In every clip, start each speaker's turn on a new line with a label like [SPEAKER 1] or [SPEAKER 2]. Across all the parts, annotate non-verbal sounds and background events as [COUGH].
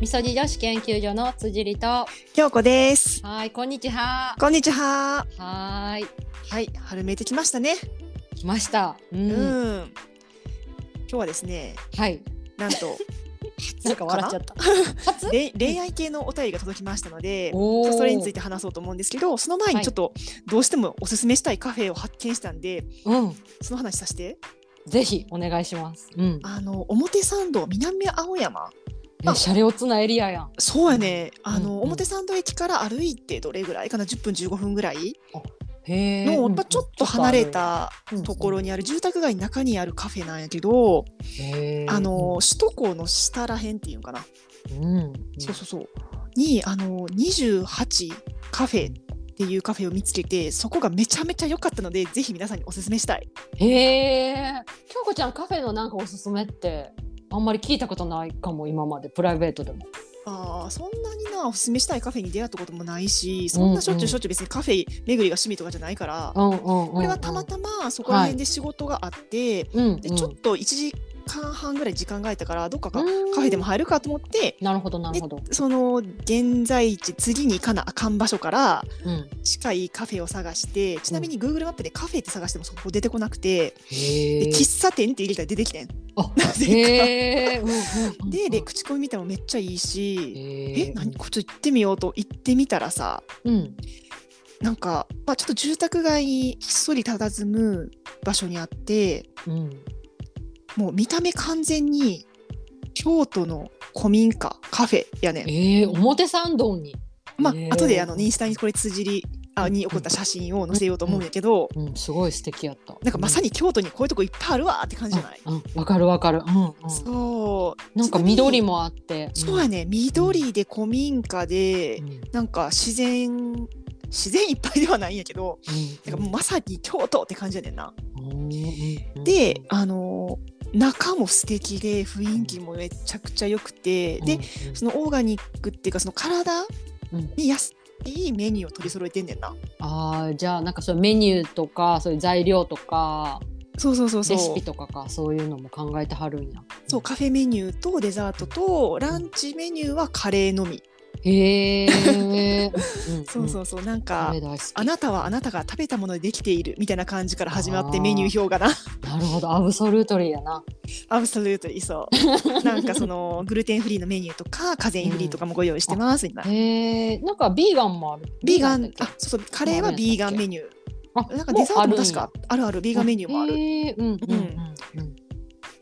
[SPEAKER 1] みそじ女子研究所の辻里と。
[SPEAKER 2] 京子です。
[SPEAKER 1] はい、こんにちは。
[SPEAKER 2] こんにちは。
[SPEAKER 1] はーい、
[SPEAKER 2] はい、春めいてきましたね。
[SPEAKER 1] 来ました。う、
[SPEAKER 2] うんん。今日はですね、
[SPEAKER 1] はい、
[SPEAKER 2] なん [LAUGHS] と
[SPEAKER 1] なんか笑っちゃった。初。
[SPEAKER 2] れ恋愛系のお便りが届きましたので、ち
[SPEAKER 1] お
[SPEAKER 2] ょ
[SPEAKER 1] ー
[SPEAKER 2] っとそれについて話そうと思うんですけど、その
[SPEAKER 1] は
[SPEAKER 2] 前に
[SPEAKER 1] い
[SPEAKER 2] ちょっとどうしてもおすすめしたいカフェを発見したんで、
[SPEAKER 1] うん、
[SPEAKER 2] その話させて。
[SPEAKER 1] ぜひお願いします。うん、
[SPEAKER 2] あの表参道南青山。
[SPEAKER 1] え、シャレオツなエリアやん。
[SPEAKER 2] そうやね。あ
[SPEAKER 1] うんうん
[SPEAKER 2] の表参道駅から歩いてどれぐらいかな、10分15分ぐらい
[SPEAKER 1] へえ。
[SPEAKER 2] の、やっぱちょっと離れた
[SPEAKER 1] うんうん
[SPEAKER 2] ところにある住宅街の中にあるカフェなんやけど、
[SPEAKER 1] へー
[SPEAKER 2] あの、首都高の下らへんっていうんかな、
[SPEAKER 1] うん、
[SPEAKER 2] そうそうそうにあの28カフェっていうカフェを見つけてそこがめちゃめちゃ良かったのでぜひ皆さんにおすすめしたい
[SPEAKER 1] へえ。京子ちゃん、カフェのなんかおすすめって。あんまり聞いたことないかも今までプライベートでも
[SPEAKER 2] あーそんなになおすすめしたいカフェに出会ったこともないしそんなしょっちゅうしょっちゅう別にカフェ巡りが趣味とかじゃないから、
[SPEAKER 1] うんうんうん、うん、
[SPEAKER 2] これはたまたまそこら辺で仕事があって、
[SPEAKER 1] ま、うんうん、
[SPEAKER 2] でちょっと1時間半ぐらい時間が空いたからどっかかカフェでも入るかと思って
[SPEAKER 1] なるほどなるほど、
[SPEAKER 2] その現在地次に行かなあかん場所から
[SPEAKER 1] うん、
[SPEAKER 2] 近いカフェを探してちなみに Google マップでカフェって探してもそこ出てこなくて、
[SPEAKER 1] へ
[SPEAKER 2] で喫茶店って入れたら出てきてん。
[SPEAKER 1] あ
[SPEAKER 2] [LAUGHS] なぜか
[SPEAKER 1] へーうんうんうんうん
[SPEAKER 2] でで口コミ見たらめっちゃいいし
[SPEAKER 1] へー
[SPEAKER 2] え何こっちょっと行ってみようと行ってみたらさ
[SPEAKER 1] うん
[SPEAKER 2] なんか、まあ、ちょっと住宅街にひっそり佇む場所にあって
[SPEAKER 1] うん
[SPEAKER 2] もう見た目完全に京都の古民家カフェやねん。
[SPEAKER 1] えー、表参道に
[SPEAKER 2] まあ
[SPEAKER 1] へー
[SPEAKER 2] 後であのインスタにこれ辻りあに起こった写真を載せようと思うんやけど
[SPEAKER 1] うんすごい素敵やった
[SPEAKER 2] なんかまさ
[SPEAKER 1] に
[SPEAKER 2] に京都にこういうとこいっぱいあるわって感じじゃない、
[SPEAKER 1] うんうんわかるわかるうんうん
[SPEAKER 2] そう
[SPEAKER 1] なんか緑もあって
[SPEAKER 2] そうやね緑で古民家で、
[SPEAKER 1] うんうん
[SPEAKER 2] なんか自然自然いっぱいではないんやけどなんかもうまさに京都って感じやねんな。
[SPEAKER 1] うんうん
[SPEAKER 2] であのー中も素敵で雰囲気もめちゃくちゃ良くて、
[SPEAKER 1] うん
[SPEAKER 2] で
[SPEAKER 1] うん
[SPEAKER 2] そのオーガニックっていうかその体
[SPEAKER 1] うん
[SPEAKER 2] に安いメニューを取り揃えてんねんな。
[SPEAKER 1] あーじゃあなんかそういうメニューとかそういう材料とか
[SPEAKER 2] そうそうそうそ
[SPEAKER 1] レシピ
[SPEAKER 2] う
[SPEAKER 1] とかかそういうのも考えてはるんや
[SPEAKER 2] そうカフェメニューとデザートとランチメニューはカレーのみ。
[SPEAKER 1] へ
[SPEAKER 2] [LAUGHS]
[SPEAKER 1] え
[SPEAKER 2] そうそうそうなんか、
[SPEAKER 1] 大好き
[SPEAKER 2] あなたはあなたが食べたものでできているみたいな感じから始まっ
[SPEAKER 1] あ
[SPEAKER 2] て
[SPEAKER 1] ー
[SPEAKER 2] メニュー表がな [LAUGHS]
[SPEAKER 1] なるほどアブソルートリーやな
[SPEAKER 2] アブソルートリーそうなんかそのグルテンフリーのメニューとかカゼインフリーとかもご用意してますみたいな、
[SPEAKER 1] へえなんかビーガンもある
[SPEAKER 2] ビーガン
[SPEAKER 1] だっけ
[SPEAKER 2] あそうそうカレーはビーガンメニュ
[SPEAKER 1] あ
[SPEAKER 2] ーなんかデザートも確
[SPEAKER 1] うあ
[SPEAKER 2] か
[SPEAKER 1] るんや
[SPEAKER 2] あるあるビーガンメニューもある
[SPEAKER 1] へえうんうんうんうん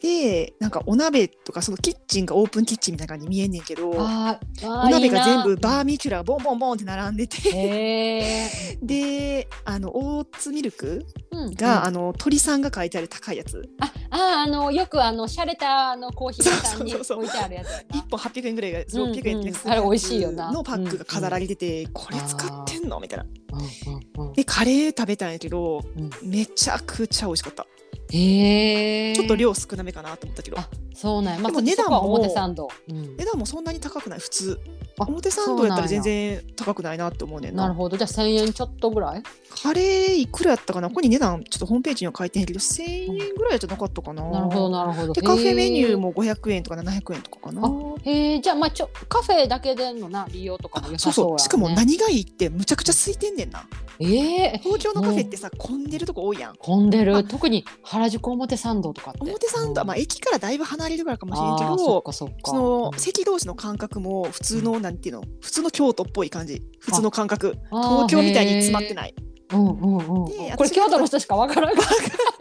[SPEAKER 2] でなんかお鍋とかそのキッチンがオープンキッチンみたいな感じに見えんねんけどお
[SPEAKER 1] あーあー
[SPEAKER 2] 鍋が全
[SPEAKER 1] い
[SPEAKER 2] 部
[SPEAKER 1] いな
[SPEAKER 2] バーミキュラボンボンボンって並んでて
[SPEAKER 1] へえ
[SPEAKER 2] であのオーツミルク
[SPEAKER 1] うん
[SPEAKER 2] が、
[SPEAKER 1] う
[SPEAKER 2] あ
[SPEAKER 1] ん
[SPEAKER 2] の鶏さんが書いてある高いやつ
[SPEAKER 1] ああーあのよくあのシャレたあのコーヒー屋さんに
[SPEAKER 2] そうそうそ
[SPEAKER 1] 置
[SPEAKER 2] うそう
[SPEAKER 1] いてあるやつやな
[SPEAKER 2] 一本800円ぐらいが
[SPEAKER 1] うんうん
[SPEAKER 2] 600円って
[SPEAKER 1] あれ美味しいよな
[SPEAKER 2] のパックが飾られてて、これ使ってんのみたいな
[SPEAKER 1] うんうんうん
[SPEAKER 2] でカレー食べたんやけど、
[SPEAKER 1] うん
[SPEAKER 2] めちゃくちゃ美味しかった
[SPEAKER 1] へえ
[SPEAKER 2] ちょっと量少なめかなと思ったけど
[SPEAKER 1] あそうなんやまあ
[SPEAKER 2] でも値段
[SPEAKER 1] そこは
[SPEAKER 2] も
[SPEAKER 1] 表参道うん
[SPEAKER 2] 値段もそんなに高くない普通
[SPEAKER 1] あ
[SPEAKER 2] 表参道やったら全然高くないなって思うねんな
[SPEAKER 1] なるほどじゃあ1000円ちょっとぐらい
[SPEAKER 2] カレーいくらやったかなここに値段ちょっとホームページには書いてんやけど1000円ぐらいじゃなかったかな、
[SPEAKER 1] なるほどなるほど
[SPEAKER 2] でカフェメニューも500円とか700円とかかな
[SPEAKER 1] へえじゃあまあちょカフェだけでのな利用とかも良
[SPEAKER 2] そ
[SPEAKER 1] さ
[SPEAKER 2] う
[SPEAKER 1] そうや、
[SPEAKER 2] そ
[SPEAKER 1] ね、
[SPEAKER 2] うしかも何がいいってむちゃくちゃ空いてんねんな
[SPEAKER 1] ええ
[SPEAKER 2] 東京のカフェってさ混んでるとこ多いやん
[SPEAKER 1] 混んで
[SPEAKER 2] あ
[SPEAKER 1] る特に原宿表参道とかって
[SPEAKER 2] 表参道は、まあ、駅からだいぶ離れるからかもしれんけ
[SPEAKER 1] あー
[SPEAKER 2] ど
[SPEAKER 1] そっかそっか
[SPEAKER 2] その席同士の感覚も普通の、なんていうの普通の京都っぽい感じ普通の感覚東京みたいに詰まって
[SPEAKER 1] い
[SPEAKER 2] ない
[SPEAKER 1] うんうんうんうん
[SPEAKER 2] で
[SPEAKER 1] これ
[SPEAKER 2] 私
[SPEAKER 1] 京都の人しかわからん [LAUGHS]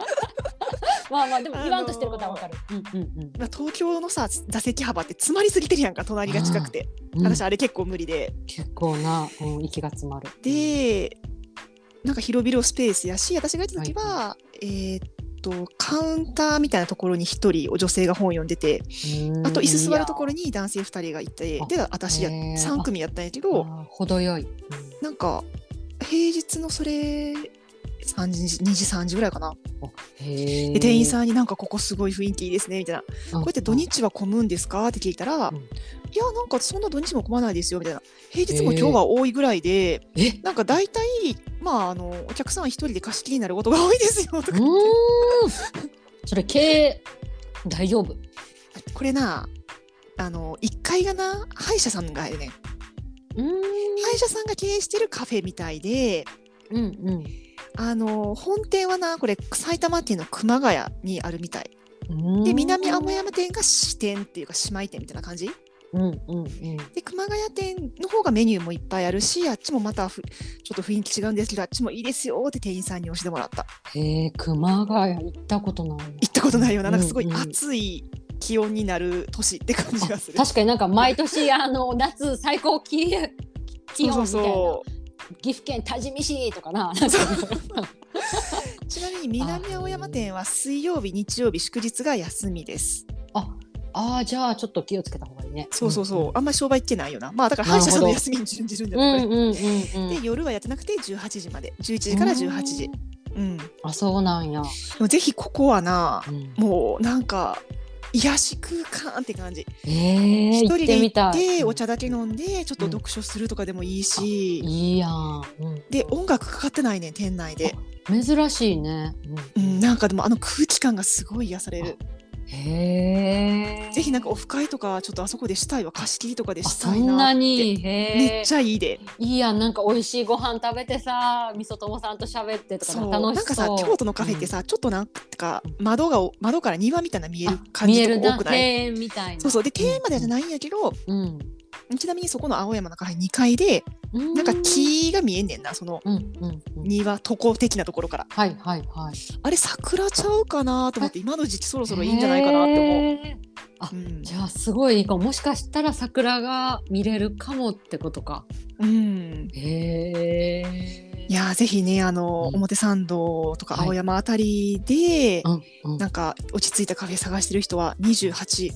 [SPEAKER 1] まあまあでも
[SPEAKER 2] あのー
[SPEAKER 1] 言わんとしてることはわかる、うんうん
[SPEAKER 2] まあ東京のさ座席幅って詰まりすぎてるやんか隣が近くて、
[SPEAKER 1] うん
[SPEAKER 2] 私あれ結構無理で
[SPEAKER 1] 結構な、うん、息が詰まる
[SPEAKER 2] でなんか広々スペースやし私が行った時は、えーっとカウンターみたいなところに一人女性が本読んでて
[SPEAKER 1] うん
[SPEAKER 2] あと椅子座るところに男性二人がいて
[SPEAKER 1] あ
[SPEAKER 2] で私や
[SPEAKER 1] へー
[SPEAKER 2] 3組やったんやけ
[SPEAKER 1] いいや
[SPEAKER 2] ど
[SPEAKER 1] あー程よい、うん
[SPEAKER 2] なんか平日のそれ3時2時3時ぐらいかな
[SPEAKER 1] へえ
[SPEAKER 2] で店員さんになんかここすごい雰囲気いいですねみたいなこ
[SPEAKER 1] こ
[SPEAKER 2] うやって土日は混むんですかって聞いたら、
[SPEAKER 1] うん
[SPEAKER 2] いやなんかそんな土日も混まないですよみたいな平日も今日は多いぐらいで、
[SPEAKER 1] え
[SPEAKER 2] なんか大体まああのお客さん一人で貸し切りになることが多いですよと
[SPEAKER 1] う
[SPEAKER 2] か言って
[SPEAKER 1] ーんそれ経営大丈夫
[SPEAKER 2] これなあの1階がな歯医者さんがいるねん
[SPEAKER 1] うーん
[SPEAKER 2] 歯医者さんが経営してるカフェみたいで
[SPEAKER 1] うんうん
[SPEAKER 2] あの本店はなこれ埼玉県の熊谷にあるみたいう
[SPEAKER 1] ーん
[SPEAKER 2] で南青山店が支店っていうか姉妹店みたいな感じ
[SPEAKER 1] うんうんうん
[SPEAKER 2] で熊谷店の方がメニューもいっぱいあるしあっちもまたふちょっと雰囲気違うんですけどあっちもいいですよって店員さんに教えてもらった
[SPEAKER 1] へえ熊谷行ったことないな
[SPEAKER 2] 行ったことないよななんかすご
[SPEAKER 1] う
[SPEAKER 2] い
[SPEAKER 1] んうん
[SPEAKER 2] 暑い気温になる年って感じがする。
[SPEAKER 1] 確かになんか毎年あの夏最高気温気温みたいな
[SPEAKER 2] う
[SPEAKER 1] 岐阜県多治見市とかななんか
[SPEAKER 2] ちなみに南青山店は水曜日日曜日祝日が休みです
[SPEAKER 1] ああじゃあちょっと気をつけた方がいいね
[SPEAKER 2] そうそうそうあんまり商売行ってないよなまあだから歯医者さんの休みに準じるんじゃ
[SPEAKER 1] うん
[SPEAKER 2] な
[SPEAKER 1] う
[SPEAKER 2] い
[SPEAKER 1] んうんうん
[SPEAKER 2] で夜はやってなくて18時まで11時から18時うんで
[SPEAKER 1] あそうなんや、
[SPEAKER 2] もぜひここはな
[SPEAKER 1] うん、
[SPEAKER 2] もうなんか癒し空間って感じ
[SPEAKER 1] ええ
[SPEAKER 2] 一
[SPEAKER 1] 行
[SPEAKER 2] 人
[SPEAKER 1] っ
[SPEAKER 2] で
[SPEAKER 1] て
[SPEAKER 2] 行
[SPEAKER 1] みた
[SPEAKER 2] っ
[SPEAKER 1] い
[SPEAKER 2] てお茶だけ飲んでちょっと読書するとかでもいいし、
[SPEAKER 1] いいやん、うん
[SPEAKER 2] で音楽かかってないね店内で、
[SPEAKER 1] 珍しいね、
[SPEAKER 2] う
[SPEAKER 1] うん
[SPEAKER 2] ん、なんかでもあの空気感がすごい癒される
[SPEAKER 1] へえ
[SPEAKER 2] ぜひなんかオフ会とかちょっとあそこでしたいわ貸し切りとかで
[SPEAKER 1] あ
[SPEAKER 2] した
[SPEAKER 1] そ
[SPEAKER 2] い
[SPEAKER 1] んな
[SPEAKER 2] な
[SPEAKER 1] にへ
[SPEAKER 2] めっ
[SPEAKER 1] え
[SPEAKER 2] ちゃいいで
[SPEAKER 1] いいやんなんか美味しいご飯食べてさみそともさんと喋ってとか
[SPEAKER 2] そう
[SPEAKER 1] 楽しそう
[SPEAKER 2] な
[SPEAKER 1] ん
[SPEAKER 2] かさ京都のカフェってさ、ちょっとなんか窓が窓から庭みたいな見え
[SPEAKER 1] うん
[SPEAKER 2] る
[SPEAKER 1] あ
[SPEAKER 2] 感じ
[SPEAKER 1] 見え
[SPEAKER 2] と
[SPEAKER 1] る
[SPEAKER 2] か
[SPEAKER 1] な
[SPEAKER 2] 多くない
[SPEAKER 1] 庭園みたいな
[SPEAKER 2] そうそうで庭園までじゃ
[SPEAKER 1] な
[SPEAKER 2] ないんやけど、
[SPEAKER 1] うん、
[SPEAKER 2] ちなみにそこの青山のカフェ2階で
[SPEAKER 1] うん、
[SPEAKER 2] なんか木が見えんねんなその
[SPEAKER 1] うんうんうん
[SPEAKER 2] 庭床的なところから
[SPEAKER 1] はいはいはい
[SPEAKER 2] あれ桜ちゃうかなと思って今の時期そろそろいいんじゃないかなって思う。
[SPEAKER 1] へえ
[SPEAKER 2] うん
[SPEAKER 1] じゃあすごいいいかももしかしたら桜が見れるかもってことか
[SPEAKER 2] うん
[SPEAKER 1] へえ
[SPEAKER 2] いやーぜひねあの、
[SPEAKER 1] うん
[SPEAKER 2] 表参道とか
[SPEAKER 1] はい
[SPEAKER 2] 青山あたりで、
[SPEAKER 1] うんうん
[SPEAKER 2] なんか落ち着いたカフェ探してる人は2828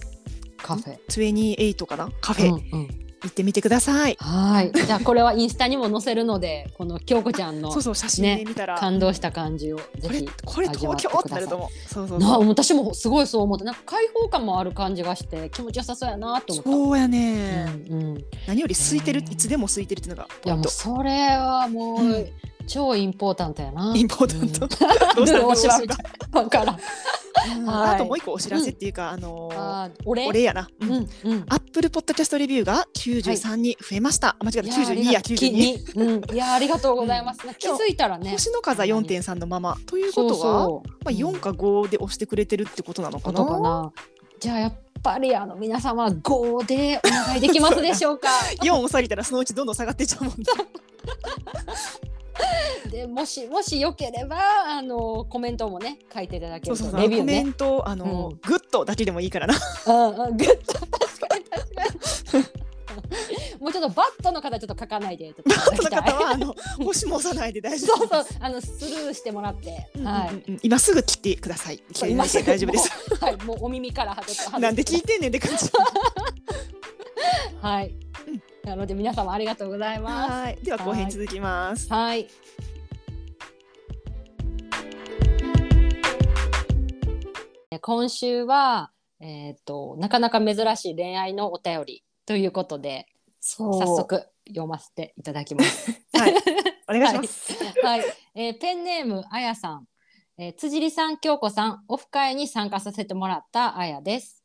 [SPEAKER 1] カフェ
[SPEAKER 2] かなカフェ、
[SPEAKER 1] うんう
[SPEAKER 2] 行
[SPEAKER 1] ん
[SPEAKER 2] ってみてください。
[SPEAKER 1] はい。じゃあこれはインスタにも載せるので、この京子ちゃんの
[SPEAKER 2] そうそう写真ね
[SPEAKER 1] ね
[SPEAKER 2] 見たら
[SPEAKER 1] 感動した感じをぜ
[SPEAKER 2] これ
[SPEAKER 1] ひ。
[SPEAKER 2] これ東京ってなると思う。そうそう
[SPEAKER 1] な
[SPEAKER 2] そう。
[SPEAKER 1] 私もすごいそう思ってなんか開放感もある感じがして気持ちよさそうやなと思った。
[SPEAKER 2] そうや
[SPEAKER 1] う
[SPEAKER 2] ね、
[SPEAKER 1] んうん、い
[SPEAKER 2] 何より空いてる
[SPEAKER 1] ね
[SPEAKER 2] いつでも空いてるっていうのがポイ
[SPEAKER 1] や
[SPEAKER 2] ン
[SPEAKER 1] もう
[SPEAKER 2] ト。
[SPEAKER 1] それはもう、
[SPEAKER 2] うん
[SPEAKER 1] 超インポータントやな。
[SPEAKER 2] インポータント。
[SPEAKER 1] [LAUGHS] ど
[SPEAKER 2] ど
[SPEAKER 1] う
[SPEAKER 2] う
[SPEAKER 1] し
[SPEAKER 2] したた
[SPEAKER 1] ら
[SPEAKER 2] の
[SPEAKER 1] お
[SPEAKER 2] [LAUGHS] どう
[SPEAKER 1] 知らせ
[SPEAKER 2] したの
[SPEAKER 1] わからん。
[SPEAKER 2] うん
[SPEAKER 1] はい
[SPEAKER 2] あともう一個お知らせっていうか、あのー
[SPEAKER 1] あー俺。
[SPEAKER 2] お礼やな。うん
[SPEAKER 1] うんうん。
[SPEAKER 2] アップルポッドキャストレビューが93に増えました。あ間違えた、92や、92。
[SPEAKER 1] 92。うん。いやありがとうございます。気づいたらね。
[SPEAKER 2] 星の数は4.3のまま。ということは、
[SPEAKER 1] そうそう
[SPEAKER 2] まあ、4か5で押してくれてるってことなの
[SPEAKER 1] こ
[SPEAKER 2] かな。
[SPEAKER 1] とかな。じゃあやっぱりあの皆様5でお願いできますでしょう
[SPEAKER 2] [LAUGHS]
[SPEAKER 1] か。
[SPEAKER 2] 4を下げたらそのうちどんどん下がっていっちゃうもんね。
[SPEAKER 1] でもしもしよければあのコメントもね書いていただけ
[SPEAKER 2] そう
[SPEAKER 1] る
[SPEAKER 2] そう
[SPEAKER 1] と
[SPEAKER 2] そう。
[SPEAKER 1] レビュー
[SPEAKER 2] コメ
[SPEAKER 1] ね。
[SPEAKER 2] ント、あのー、グッドだけでもいいか
[SPEAKER 1] [LAUGHS]
[SPEAKER 2] らな。
[SPEAKER 1] うんうんグッと確かに確かに。もうちょっとバットの方ちょっと書かないで。バッ
[SPEAKER 2] その方は、あの、星も押さないで大丈
[SPEAKER 1] そ
[SPEAKER 2] 夫
[SPEAKER 1] うそうあのスルーしてもらって。
[SPEAKER 2] うんうんうん
[SPEAKER 1] は
[SPEAKER 2] う
[SPEAKER 1] い。
[SPEAKER 2] ん今すぐ切ってください。
[SPEAKER 1] そう
[SPEAKER 2] 切れないで大丈夫です。。
[SPEAKER 1] もうはいもうお耳から外す。
[SPEAKER 2] なんで聞いてんねんって感
[SPEAKER 1] [LAUGHS]
[SPEAKER 2] じ。
[SPEAKER 1] はい。なので皆様ありがとうございます。
[SPEAKER 2] はい。では後編続きます。
[SPEAKER 1] はい。今週は、えっ、と、なかなか珍しい恋愛のお便りということで、
[SPEAKER 2] そう
[SPEAKER 1] 早。速読ませていただきます。
[SPEAKER 2] はい。お願いします。
[SPEAKER 1] はい、えーペンネームあやさん、えー、辻里さん、京子さん、オフ会に参加させてもらったあやです。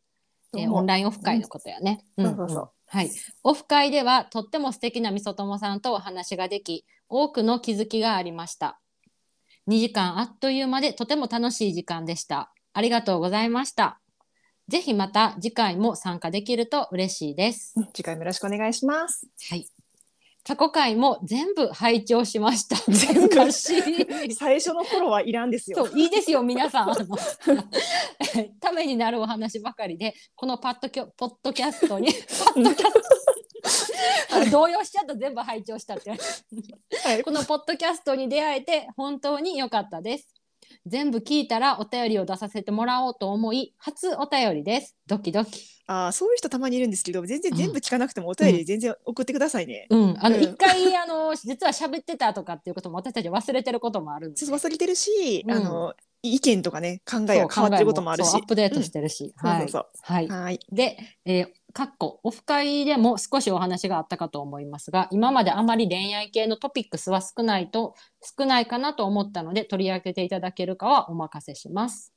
[SPEAKER 1] えー
[SPEAKER 2] どうも
[SPEAKER 1] オンラインオフ会のことやね。
[SPEAKER 2] うん
[SPEAKER 1] んん
[SPEAKER 2] そうそうそう
[SPEAKER 1] はい、オフ会ではとっても素敵なみそともさんとお話ができ、多くの気づきがありました。2時間あっという間でとても楽しい時間でした。ありがとうございました。ぜひまた次回も参加できると嬉しいです。
[SPEAKER 2] 次回もよろしくお願いします。
[SPEAKER 1] はい。過去回も全部拝聴しま
[SPEAKER 2] [LAUGHS]
[SPEAKER 1] した。
[SPEAKER 2] 全部
[SPEAKER 1] 難し [LAUGHS] い。
[SPEAKER 2] 最初の頃はいらんです
[SPEAKER 1] そ
[SPEAKER 2] よ。
[SPEAKER 1] ういいです
[SPEAKER 2] [LAUGHS]
[SPEAKER 1] よ皆さんあの [LAUGHS] ためになるお話ばかりでこのパッドキョポッドキャスト
[SPEAKER 2] [LAUGHS]
[SPEAKER 1] にパッドキャスト動揺しちゃった全部拝聴したって
[SPEAKER 2] はい
[SPEAKER 1] このポッドキャストに出会えて本当に良かったです全部聞いたらお便りを出させてもらおうと思い初お便りですドキドキ
[SPEAKER 2] あー、そういう人たまにいるんですけど、全然全部聞かなくてもお便り全然送ってくださいね。
[SPEAKER 1] うんあの
[SPEAKER 2] うん
[SPEAKER 1] 一、回あの実は喋ってたとかっていうことも私たち忘れてることもあるんで
[SPEAKER 2] ちょっと忘れてるし、
[SPEAKER 1] うん
[SPEAKER 2] あの意見とかね、考えが変わってることもあるし。
[SPEAKER 1] そうアップデートしてるし、
[SPEAKER 2] うん
[SPEAKER 1] は
[SPEAKER 2] そう
[SPEAKER 1] い
[SPEAKER 2] そう
[SPEAKER 1] はい
[SPEAKER 2] そう。はい。
[SPEAKER 1] で、えー、かっこオフ会でも少しお話があったかと思いますが今まであまり恋愛系のトピックスは少ないと少ないかなと思ったので取り上げていただけるかはお任せします。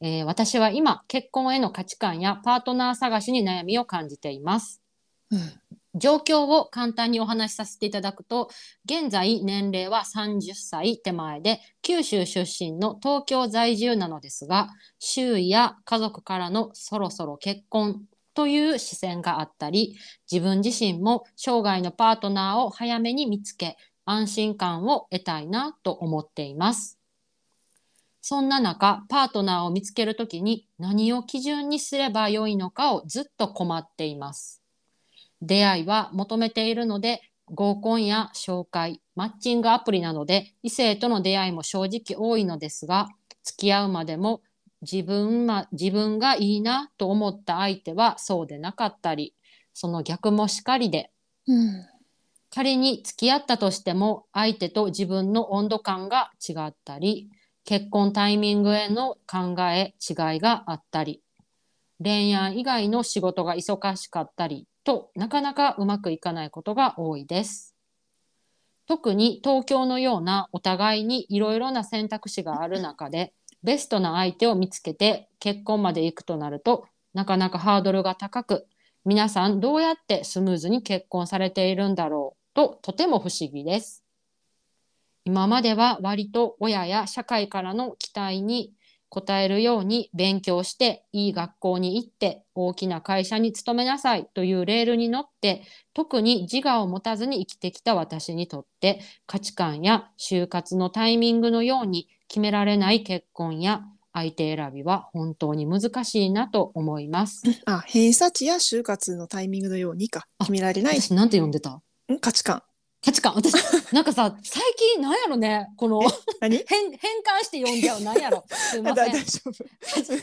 [SPEAKER 1] えー私は今結婚への価値観やパートナー探しに悩みを感じています
[SPEAKER 2] うん
[SPEAKER 1] 状況を簡単にお話しさせていただくと現在年齢は30歳手前で九州出身の東京在住なのですが周囲や家族からのそろそろ結婚という視線があったり自分自身も生涯のパートナーを早めに見つけ安心感を得たいなと思っています。そんな中パートナーを見つけるときに何を基準にすればよいのかをずっと困っています。出会いは求めているので合コンや紹介マッチングアプリなどで異性との出会いも正直多いのですが付き合うまでも自分,、ま、自分がいいなと思った相手はそうでなかったりその逆もしかりで
[SPEAKER 2] うん
[SPEAKER 1] 仮に付き合ったとしても相手と自分の温度感が違ったり結婚タイミングへの考え違いがあったり恋愛以外の仕事が忙しかったりとなかなかうまくいかないことが多いです。特に東京のようなお互いにいろいろな選択肢がある中でベストな相手を見つけて結婚まで行くとなるとなかなかハードルが高く皆さんどうやってスムーズに結婚されているんだろうととても不思議です。今までは割と親や社会からの期待に応えるように勉強していい学校に行って大きな会社に勤めなさいというレールに乗って特に自我を持たずに生きてきた私にとって価値観や就活のタイミングのように決められない結婚や相手選びは本当に難しいなと思います。
[SPEAKER 2] あ偏差値や就活のタイミングのようにか
[SPEAKER 1] あ
[SPEAKER 2] 決めら
[SPEAKER 1] [LAUGHS]
[SPEAKER 2] れない
[SPEAKER 1] 私なんて呼んでた
[SPEAKER 2] ん価値観
[SPEAKER 1] 価値観私なんかさ最近なんやろねこの
[SPEAKER 2] 何
[SPEAKER 1] 変変換して読んじゃうなんやろすいま
[SPEAKER 2] だ
[SPEAKER 1] せ
[SPEAKER 2] [LAUGHS] 大
[SPEAKER 1] ん
[SPEAKER 2] 丈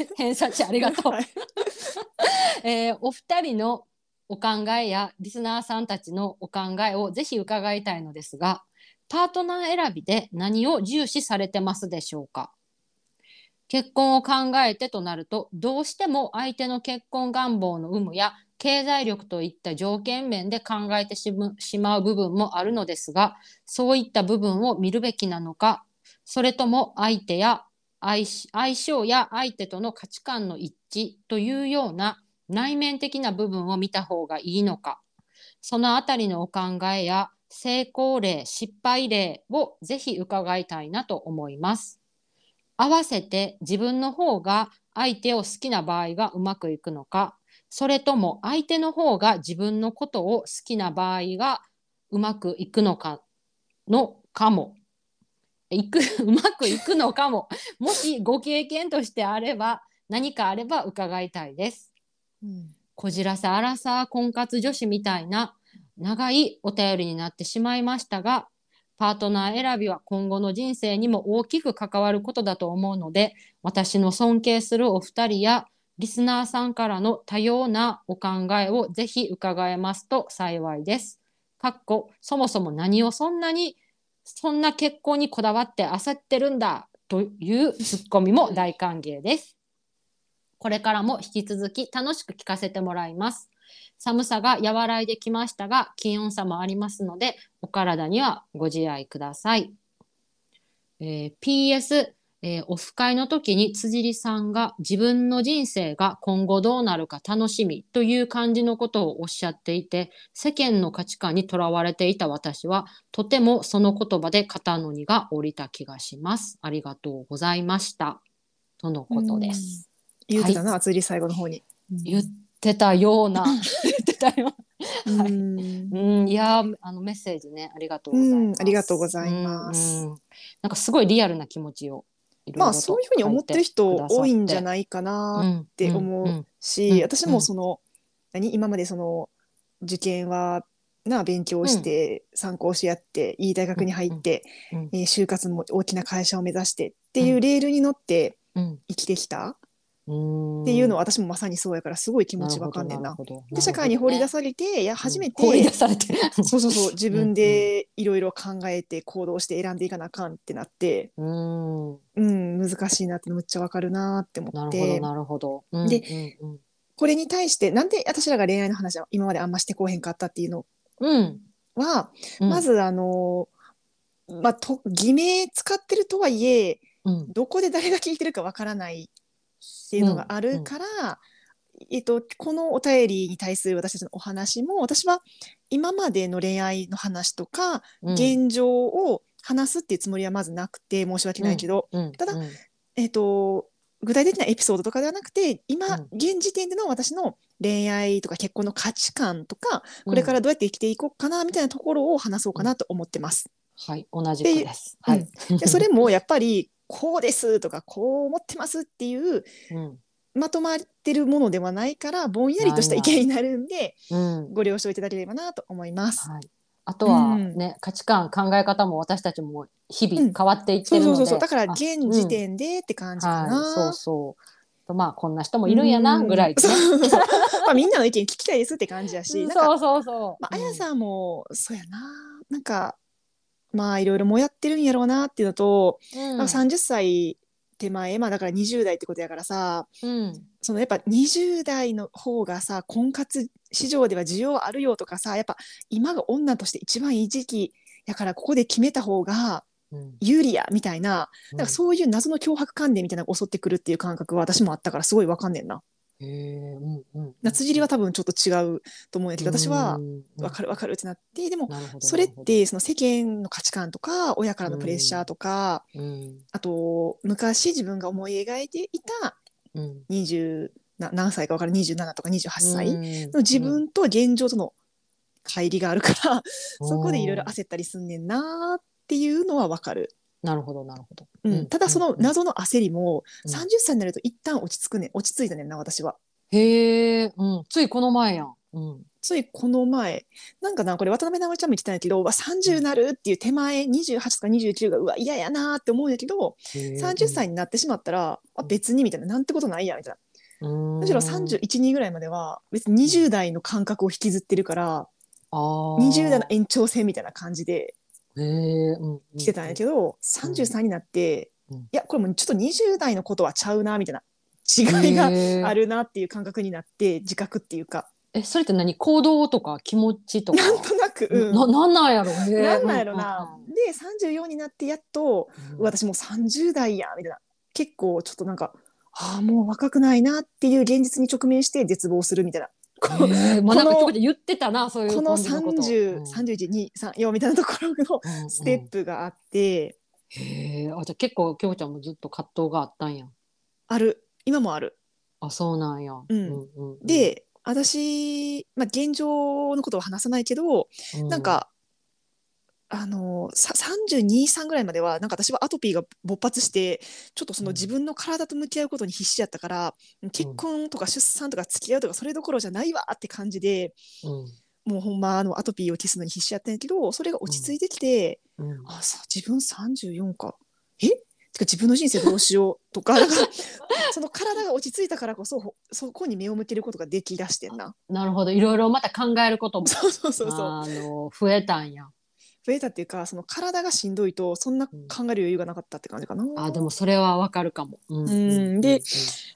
[SPEAKER 2] 夫
[SPEAKER 1] [LAUGHS] 偏差値ありがとう、
[SPEAKER 2] はい
[SPEAKER 1] [LAUGHS] えーお二人のお考えやリスナーさんたちのお考えをぜひ伺いたいのですがパートナー選びで何を重視されてますでしょうか結婚を考えてとなるとどうしても相手の結婚願望の有無や経済力といった条件面で考えてしむしまう部分もあるのですがそういった部分を見るべきなのかそれとも相手や相し相性や相手との価値観の一致というような内面的な部分を見た方がいいのかそのあたりのお考えや成功例失敗例をぜひ伺いたいなと思います。合わせて自分の方が相手を好きな場合がうまくいくのかそれとも相手の方が自分のことを好きな場合がうまくいくのかのかも。いく [LAUGHS] うまくいくのかももしご経験としてあれば何かあれば伺いたいです。
[SPEAKER 2] うん
[SPEAKER 1] こじらせアラサー婚活女子みたいな長いお便りになってしまいましたがパートナー選びは今後の人生にも大きく関わることだと思うので私の尊敬するお二人やリスナーさんからの多様なお考えをぜひ伺えますと幸いです。かっこそもそも何をそんなにそんな結婚にこだわって焦ってるんだというツッコミも大歓迎です。これからも引き続き楽しく聞かせてもらいます。寒さが和らいできましたが、気温差もありますので、お体にはご自愛ください。えー PS、えーオフ会の時に辻里さんが自分の人生が今後どうなるか楽しみという感じのことをおっしゃっていて、世間の価値観にとらわれていた私は、とてもその言葉で肩の荷が下りた気がします。ありがとうございました。とのことです。
[SPEAKER 2] 言うてたな、厚切り最後の方に。
[SPEAKER 1] 言ってたような言ってたよ
[SPEAKER 2] う
[SPEAKER 1] はい
[SPEAKER 2] ん
[SPEAKER 1] うなうんいやーあのメッセージねありがとうございます、
[SPEAKER 2] うんありがとうございます
[SPEAKER 1] うんうんなんかすごいリアルな気持ちをいろいろと
[SPEAKER 2] まあそういうふうに思ってる人多いんじゃないか
[SPEAKER 1] 書いてくださ
[SPEAKER 2] な
[SPEAKER 1] って
[SPEAKER 2] 思う
[SPEAKER 1] うん
[SPEAKER 2] し、
[SPEAKER 1] うんうん
[SPEAKER 2] 私もその、何今までその受験はな勉強して、参考し合っていい大学に入って、
[SPEAKER 1] うんうん
[SPEAKER 2] えー就活も大きな会社を目指してっていうレールに乗って
[SPEAKER 1] うん
[SPEAKER 2] 生きてきた
[SPEAKER 1] うん
[SPEAKER 2] っていうの
[SPEAKER 1] は
[SPEAKER 2] は私もまさにそうやからすごい気持ちわかんねんな。で社会に放り出されて、いや初めて、
[SPEAKER 1] 放り出され
[SPEAKER 2] [LAUGHS]
[SPEAKER 1] て
[SPEAKER 2] そうそうそう自分でいろいろ考えて行動して選んでいかなあかんってなって。
[SPEAKER 1] うん
[SPEAKER 2] うん、難しいなってむっちゃわかるなって思
[SPEAKER 1] な
[SPEAKER 2] っ
[SPEAKER 1] るほど
[SPEAKER 2] て
[SPEAKER 1] なるほど、うん
[SPEAKER 2] で
[SPEAKER 1] うん
[SPEAKER 2] これに対してなんで私らが恋愛の話は今まであんましてこうへんかったっていうの
[SPEAKER 1] うん
[SPEAKER 2] は、
[SPEAKER 1] うん
[SPEAKER 2] ま、ずあの、まあ、と偽名使ってるとはいえ
[SPEAKER 1] うん
[SPEAKER 2] どこで誰が聞いてるかわからないっていうのがあるから、えっと、このお便りに対する私たちのお話も私は今までの恋愛の話とか、
[SPEAKER 1] うん
[SPEAKER 2] 現状を話すっていうつもりはまずなくて申し訳ないけど、
[SPEAKER 1] うん
[SPEAKER 2] ただ
[SPEAKER 1] うん
[SPEAKER 2] えっと、具体的なエピソードとかではなくて今、
[SPEAKER 1] うん
[SPEAKER 2] 現時点での私の恋愛とか結婚の価値観とかこれからどうやって生きていこうかなみたいなところを話そうかなと思ってます。
[SPEAKER 1] はい、同じくです。は
[SPEAKER 2] う
[SPEAKER 1] い。
[SPEAKER 2] でそれもやっぱりこうですとかこう思ってますっていう
[SPEAKER 1] うん、
[SPEAKER 2] まとまってるものではないからぼんやりとした意見になるんで
[SPEAKER 1] うん、
[SPEAKER 2] ご了承いただければなと思います。
[SPEAKER 1] はい。あとは
[SPEAKER 2] うん
[SPEAKER 1] ね、価値観、考え方も私たちも日
[SPEAKER 2] うん
[SPEAKER 1] 々変わっていって
[SPEAKER 2] そう
[SPEAKER 1] る
[SPEAKER 2] そ
[SPEAKER 1] ので、
[SPEAKER 2] うそうそうだから
[SPEAKER 1] あ
[SPEAKER 2] 現時点でって感じかな。
[SPEAKER 1] はい、そうそう。とまあこんな人もいるんやな
[SPEAKER 2] うん [LAUGHS]
[SPEAKER 1] ぐらいでね。
[SPEAKER 2] そうそうまあみんなの意見聞きたいですって感じやし、
[SPEAKER 1] うん
[SPEAKER 2] なんか
[SPEAKER 1] そうそうそう。
[SPEAKER 2] まああやさんもそうやな、なんかまあいろいろもやってるんやろうなっていうのと、
[SPEAKER 1] うん、
[SPEAKER 2] まあ30歳手前まあだから20代ってことやからさ、
[SPEAKER 1] うん、
[SPEAKER 2] そのやっぱ20代の方がさ婚活市場では需要あるよとかさやっぱ今が女として一番いい時期だからここで決めた方が
[SPEAKER 1] うん、
[SPEAKER 2] 有利やみたいな,、
[SPEAKER 1] う
[SPEAKER 2] な
[SPEAKER 1] ん
[SPEAKER 2] んかそういう謎の脅迫観念みたいなのが襲ってくるっていう感覚は私もあったからすごいわかんねんな。
[SPEAKER 1] へえ、うんうん。
[SPEAKER 2] 夏尻は多分ちょっと違うと思うんやけど私は
[SPEAKER 1] うん
[SPEAKER 2] わかるわかるってなってでも
[SPEAKER 1] なるほど
[SPEAKER 2] それってその世間の価値観とか親からのプレッシャーとか、
[SPEAKER 1] うん
[SPEAKER 2] あと昔自分が思い描いていた
[SPEAKER 1] うん
[SPEAKER 2] 20な何歳か分からん27とか28歳
[SPEAKER 1] うん
[SPEAKER 2] の自分と現状との乖離があるから、そこでいろいろ
[SPEAKER 1] おー
[SPEAKER 2] 焦ったりすんねんなーっていうのは分かる、
[SPEAKER 1] なるほどなるほど。
[SPEAKER 2] うん
[SPEAKER 1] うん
[SPEAKER 2] ただその謎の焦りも
[SPEAKER 1] うん
[SPEAKER 2] 30歳になると一旦落ち着くね落ち着いたねんな私は。
[SPEAKER 1] へえ、うん、ついこの前やん。うん。
[SPEAKER 2] ついこの前なんかなこれ渡辺直美ちゃんも言ってたんだけどうわ30なるっていう手前28とか29がうわ嫌やなーって思うんだけど、30歳になってしまったら、あ別にみたいななんてことないやみたいなむ
[SPEAKER 1] む
[SPEAKER 2] しろ312ぐらいまでは別に20代の感覚を引きずってるから20代の延長線みたいな感じで来てたんやけど、33になって、
[SPEAKER 1] うん
[SPEAKER 2] いやこれもうちょっと20代のことはちゃうなみたいな
[SPEAKER 1] ど
[SPEAKER 2] 違いがあ
[SPEAKER 1] る。
[SPEAKER 2] るなっていう感覚になって自覚っていうか
[SPEAKER 1] え、それって何行動とか気持ちとか。
[SPEAKER 2] なんとなく、うん
[SPEAKER 1] ななんなんやろへー
[SPEAKER 2] なんなんやろな。で34になってやっと
[SPEAKER 1] うんうん
[SPEAKER 2] 私もう30代やみたいな結構ちょっとなんかああもう若くないなっていう現実に直面して絶望するみたいな。こう
[SPEAKER 1] へーまあなんか
[SPEAKER 2] この
[SPEAKER 1] ちょこちょ言ってたなそういう
[SPEAKER 2] この
[SPEAKER 1] 感じことうん
[SPEAKER 2] 303123みたいなところの
[SPEAKER 1] うんうん
[SPEAKER 2] ステップがあって、
[SPEAKER 1] へーあじゃあ結構京子ちゃんもずっと葛藤があったんや
[SPEAKER 2] ある今もある。
[SPEAKER 1] あそうなんや
[SPEAKER 2] ん
[SPEAKER 1] うんうん
[SPEAKER 2] で、私、まあ、現状のことは話さないけど、
[SPEAKER 1] う
[SPEAKER 2] なんかあのさ323ぐらいまではなんか私はアトピーが勃発してちょっとその
[SPEAKER 1] うん
[SPEAKER 2] 自分の体と向き合うことに必死やったから、結婚とか出産とか付き合うとかそれどころじゃないわって感じで
[SPEAKER 1] うん
[SPEAKER 2] もうほんまあのアトピーを消すのに必死やったんやけどそれが落ち着いてきて、
[SPEAKER 1] うん
[SPEAKER 2] あさ自分34かえてか自分の人生どうしようとか
[SPEAKER 1] [LAUGHS]
[SPEAKER 2] なんかその体が落ち着いたからこそほそこに目を向けることができだしてんな。
[SPEAKER 1] なるほどいろいろまた考えることも
[SPEAKER 2] そうそうそうそう
[SPEAKER 1] あの増えたんや
[SPEAKER 2] 増えたっていうかその体がしんどいとそんな考える余裕がなかったって感じかな。
[SPEAKER 1] あでもそれはわかるかもうん
[SPEAKER 2] うんで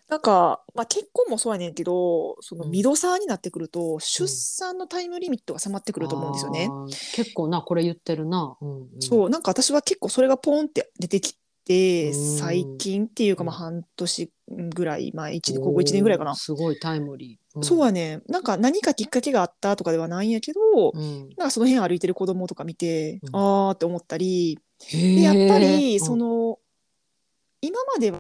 [SPEAKER 2] なんか、まあ、結婚もそうやねんけどその
[SPEAKER 1] うん
[SPEAKER 2] ミドサーになってくると、出産のタイムリミットが迫ってくると思うんですよね
[SPEAKER 1] あ。ー結構なこれ言ってるなうんうん
[SPEAKER 2] そうなんか私は結構それがポンって出てきて
[SPEAKER 1] うん
[SPEAKER 2] 最近っていうかまあ
[SPEAKER 1] うん
[SPEAKER 2] 半年ぐらい前一年ここ1年ぐらいか
[SPEAKER 1] お
[SPEAKER 2] な
[SPEAKER 1] ー。すごいタイムリー、
[SPEAKER 2] そう
[SPEAKER 1] や、
[SPEAKER 2] はねんなんか何かきっかけがあったとかではないんやけど、
[SPEAKER 1] うん、
[SPEAKER 2] なんかその辺歩いてる子供とか見て、
[SPEAKER 1] うん
[SPEAKER 2] あーって思ったり、
[SPEAKER 1] で
[SPEAKER 2] でやっぱりそ、の、今までは